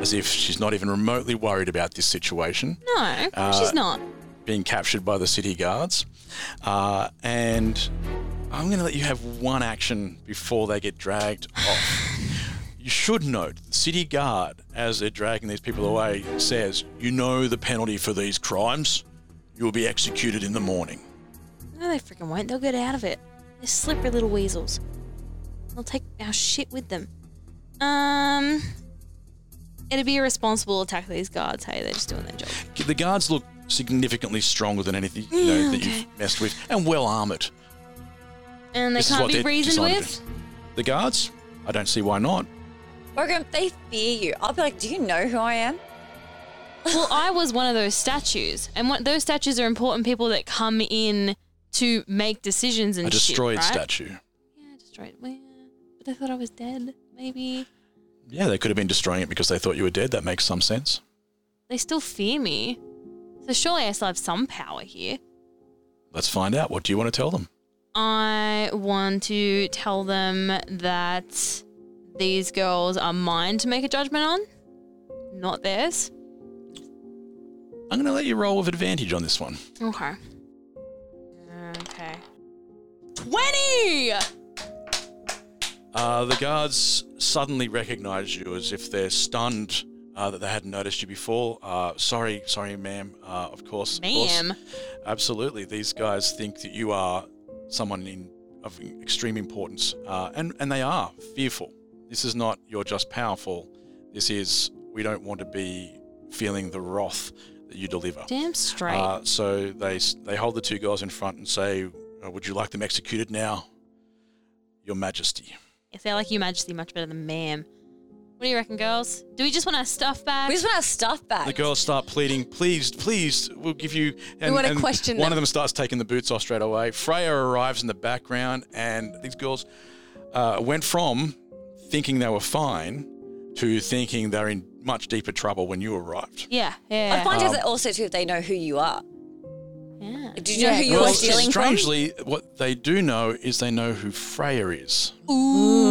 [SPEAKER 1] as if she's not even remotely worried about this situation
[SPEAKER 4] No,
[SPEAKER 1] Uh,
[SPEAKER 4] she's not.
[SPEAKER 1] being captured by the city guards. Uh, and I'm going to let you have one action before they get dragged off. You should note the city guard, as they're dragging these people away, says, You know the penalty for these crimes. You will be executed in the morning.
[SPEAKER 4] No, they freaking won't. They'll get out of it. They're slippery little weasels. They'll take our shit with them. Um, it'd be irresponsible to attack these guards. Hey, they're just doing their job.
[SPEAKER 1] The guards look significantly stronger than anything you know,
[SPEAKER 4] Yeah,
[SPEAKER 1] that
[SPEAKER 4] okay.
[SPEAKER 1] you've messed with and well armoured.
[SPEAKER 4] And they
[SPEAKER 1] This is
[SPEAKER 4] can't
[SPEAKER 1] what
[SPEAKER 4] be
[SPEAKER 1] they're
[SPEAKER 4] reasoned
[SPEAKER 1] designed to
[SPEAKER 4] with.
[SPEAKER 1] The guards? I don't see why not.
[SPEAKER 3] Bogram, they fear you. I'll be like, do you know who I am?
[SPEAKER 4] well, I was one of those statues, and what, those statues are important people that come in to make decisions and
[SPEAKER 1] A destroyed
[SPEAKER 4] shit, right?
[SPEAKER 1] statue.
[SPEAKER 4] Yeah, destroyed. Well, yeah. But they thought I was dead. Maybe
[SPEAKER 1] Yeah, they could have been destroying it because they thought you were dead. That makes some sense.
[SPEAKER 4] they still fear me. So surely I still have some power here.
[SPEAKER 1] Let's find out. What do you want to tell them?
[SPEAKER 4] I want to tell them that these girls are mine to make a judgment on, not theirs.
[SPEAKER 1] I'm going to let you roll with advantage on this one.
[SPEAKER 4] Okay. Okay. 20!
[SPEAKER 1] Uh, the guards suddenly recognize you as if they're stunned uh, that they hadn't noticed you before. Uh, sorry, sorry, ma'am. Uh, of course, of course.
[SPEAKER 4] Ma'am?
[SPEAKER 1] Absolutely. These guys think that you are someone in, of extreme importance, uh, and, and they are fearful. This is not you're just powerful. This is we don't want to be feeling the wrath that you deliver.
[SPEAKER 4] Damn straight.
[SPEAKER 1] Uh, so they s- they hold the two girls in front and say, uh, "Would you like them executed now, Your Majesty?"
[SPEAKER 4] If they're like you, Majesty, much better than ma'am. What do you reckon, girls? Do we just want our stuff back?
[SPEAKER 3] We just want our stuff back.
[SPEAKER 1] The girls start pleading, "Please, please, we'll give you."
[SPEAKER 4] wanna question
[SPEAKER 1] One
[SPEAKER 4] them.
[SPEAKER 1] of them starts taking the boots off straight away. Freya arrives in the background, and these girls uh, went from thinking they were fine to thinking they're in much deeper trouble when you arrived.
[SPEAKER 4] Yeah,
[SPEAKER 3] I find out
[SPEAKER 1] Um,
[SPEAKER 3] that also too if they know who you are.
[SPEAKER 4] Yeah.
[SPEAKER 3] Do you know who you are stealing
[SPEAKER 1] strangely, what they do know is they know who Freya is.
[SPEAKER 3] from?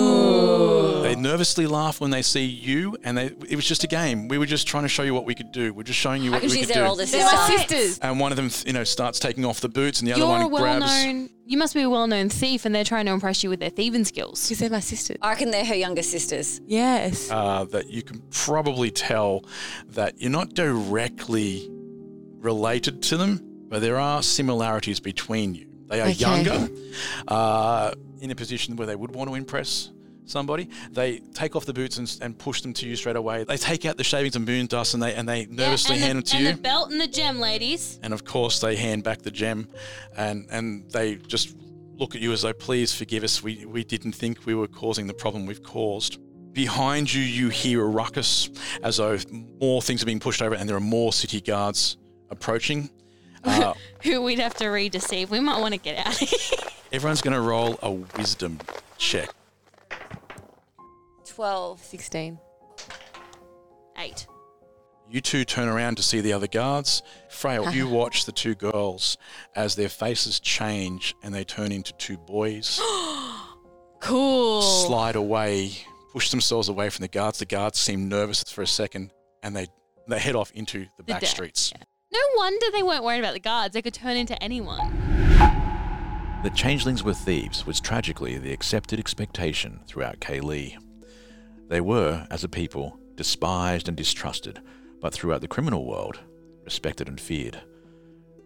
[SPEAKER 3] Ooh.
[SPEAKER 1] They nervously laugh when they see you, and they, it was just a game. We were just trying to show you what we could do. We're just showing you
[SPEAKER 3] I
[SPEAKER 1] what
[SPEAKER 3] can
[SPEAKER 1] we
[SPEAKER 3] see
[SPEAKER 1] could
[SPEAKER 3] they're
[SPEAKER 1] do.
[SPEAKER 3] older They're my sisters. sisters.
[SPEAKER 1] And one of them, you know, starts taking off the boots, and the other
[SPEAKER 4] You're a
[SPEAKER 1] one
[SPEAKER 4] well
[SPEAKER 1] grabs.
[SPEAKER 4] known, you must be a well known thief, and they're trying to impress you with their thieving skills. Because
[SPEAKER 5] they're my sisters.
[SPEAKER 3] I reckon they're her younger sisters.
[SPEAKER 5] Yes.
[SPEAKER 1] uh, that you can probably tell that you're not directly related to them, but there are similarities between you. They are
[SPEAKER 9] Okay.
[SPEAKER 1] younger, uh, in a position where they would want to impress somebody. They take off the boots and, and push them to you straight away. They take out the shavings and moon dust and they and they nervously
[SPEAKER 4] and
[SPEAKER 1] hand
[SPEAKER 4] the,
[SPEAKER 1] them to
[SPEAKER 4] and
[SPEAKER 1] you.
[SPEAKER 4] the belt and the gem, ladies.
[SPEAKER 1] and of course, they hand back the gem, and and they just look at you as though, please forgive us. We we didn't think we were causing the problem we've caused. Behind you, you hear a ruckus as though more things are being pushed over, and there are more city guards approaching. Uh,
[SPEAKER 4] Who we'd have to re-deceive. We might want to get out of here.
[SPEAKER 1] everyone's going to roll a wisdom check.
[SPEAKER 3] 12.
[SPEAKER 5] 16.
[SPEAKER 4] Eight.
[SPEAKER 1] You two turn around to see the other guards. Frail, you watch the two girls as their faces change and they turn into two boys.
[SPEAKER 4] Cool.
[SPEAKER 1] slide away, push themselves away from the guards. The guards seem nervous for a second, and they they head off into the back
[SPEAKER 4] deck,
[SPEAKER 1] streets.
[SPEAKER 4] No wonder they weren't worried about the guards. They could turn into anyone.
[SPEAKER 9] That changelings were thieves was tragically the accepted expectation throughout Kaylee. They were, as a people, despised and distrusted, but throughout the criminal world, respected and feared.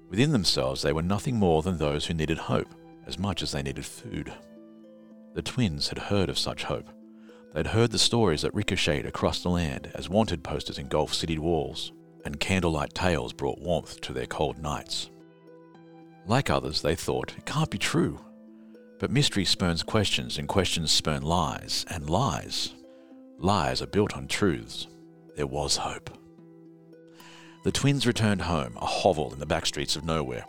[SPEAKER 9] Within themselves, they were nothing more than those who needed hope as much as they needed food. The twins had heard of such hope. They'd heard the stories that ricocheted across the land as wanted posters engulfed city walls, and candlelight tales brought warmth to their cold nights. Like others, they thought it can't be true. But mystery spurns questions, and questions spurn lies, and lies. Lies are built on truths. There was hope. The twins returned home, a hovel in the back streets of nowhere.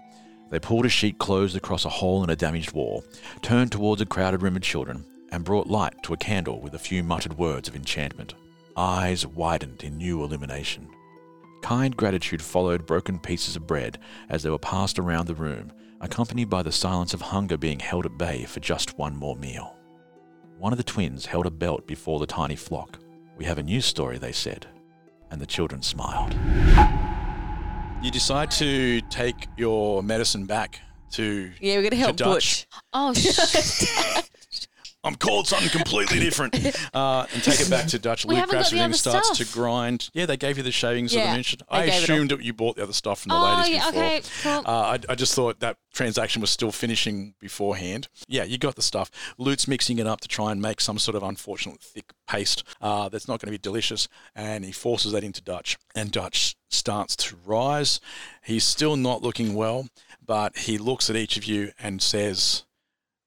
[SPEAKER 9] They pulled a sheet closed across a hole in a damaged wall, turned towards a crowded room of children, and brought light to a candle with a few muttered words of enchantment. Eyes widened in new illumination. Kind gratitude followed broken pieces of bread as they were passed around the room, accompanied by the silence of hunger being held at bay for just one more meal. One of the twins held a belt before the tiny flock. We have a new story, they said, and the children smiled.
[SPEAKER 1] You decide to take your medicine back to
[SPEAKER 5] Yeah, we're going to
[SPEAKER 1] to
[SPEAKER 5] help
[SPEAKER 1] Dutch.
[SPEAKER 5] Butch.
[SPEAKER 4] Oh, shit.
[SPEAKER 1] I'm called something completely different. Uh, and take it back to Dutch.
[SPEAKER 13] We
[SPEAKER 1] Luke
[SPEAKER 13] haven't got
[SPEAKER 1] grabs
[SPEAKER 13] the
[SPEAKER 1] everything
[SPEAKER 13] other
[SPEAKER 1] starts
[SPEAKER 13] stuff.
[SPEAKER 1] to grind. Yeah, they gave you the shavings of
[SPEAKER 13] Yeah,
[SPEAKER 1] the mansion.
[SPEAKER 13] they
[SPEAKER 1] I
[SPEAKER 13] gave it all.
[SPEAKER 1] assumed that you bought the other stuff from the
[SPEAKER 13] Oh,
[SPEAKER 1] ladies
[SPEAKER 13] yeah,
[SPEAKER 1] before.
[SPEAKER 13] okay, cool.
[SPEAKER 1] Uh, I, I just thought that transaction was still finishing beforehand. Yeah, you got the stuff. Lute's mixing it up to try and make some sort of unfortunate thick paste uh, that's not going to be delicious. And he forces that into Dutch. And Dutch starts to rise. He's still not looking well, but he looks at each of you and says,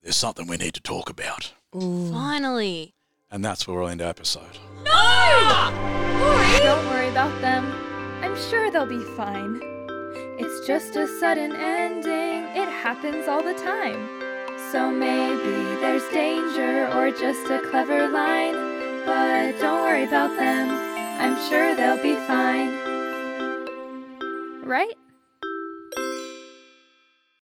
[SPEAKER 1] There's something we need to talk about.
[SPEAKER 13] Finally.
[SPEAKER 1] And that's where we'll end our episode.
[SPEAKER 6] Don't worry about them. I'm sure they'll be fine. It's just a sudden ending. It happens all the time. So maybe there's danger or just a clever line. But don't worry about them. I'm sure they'll be fine. Right?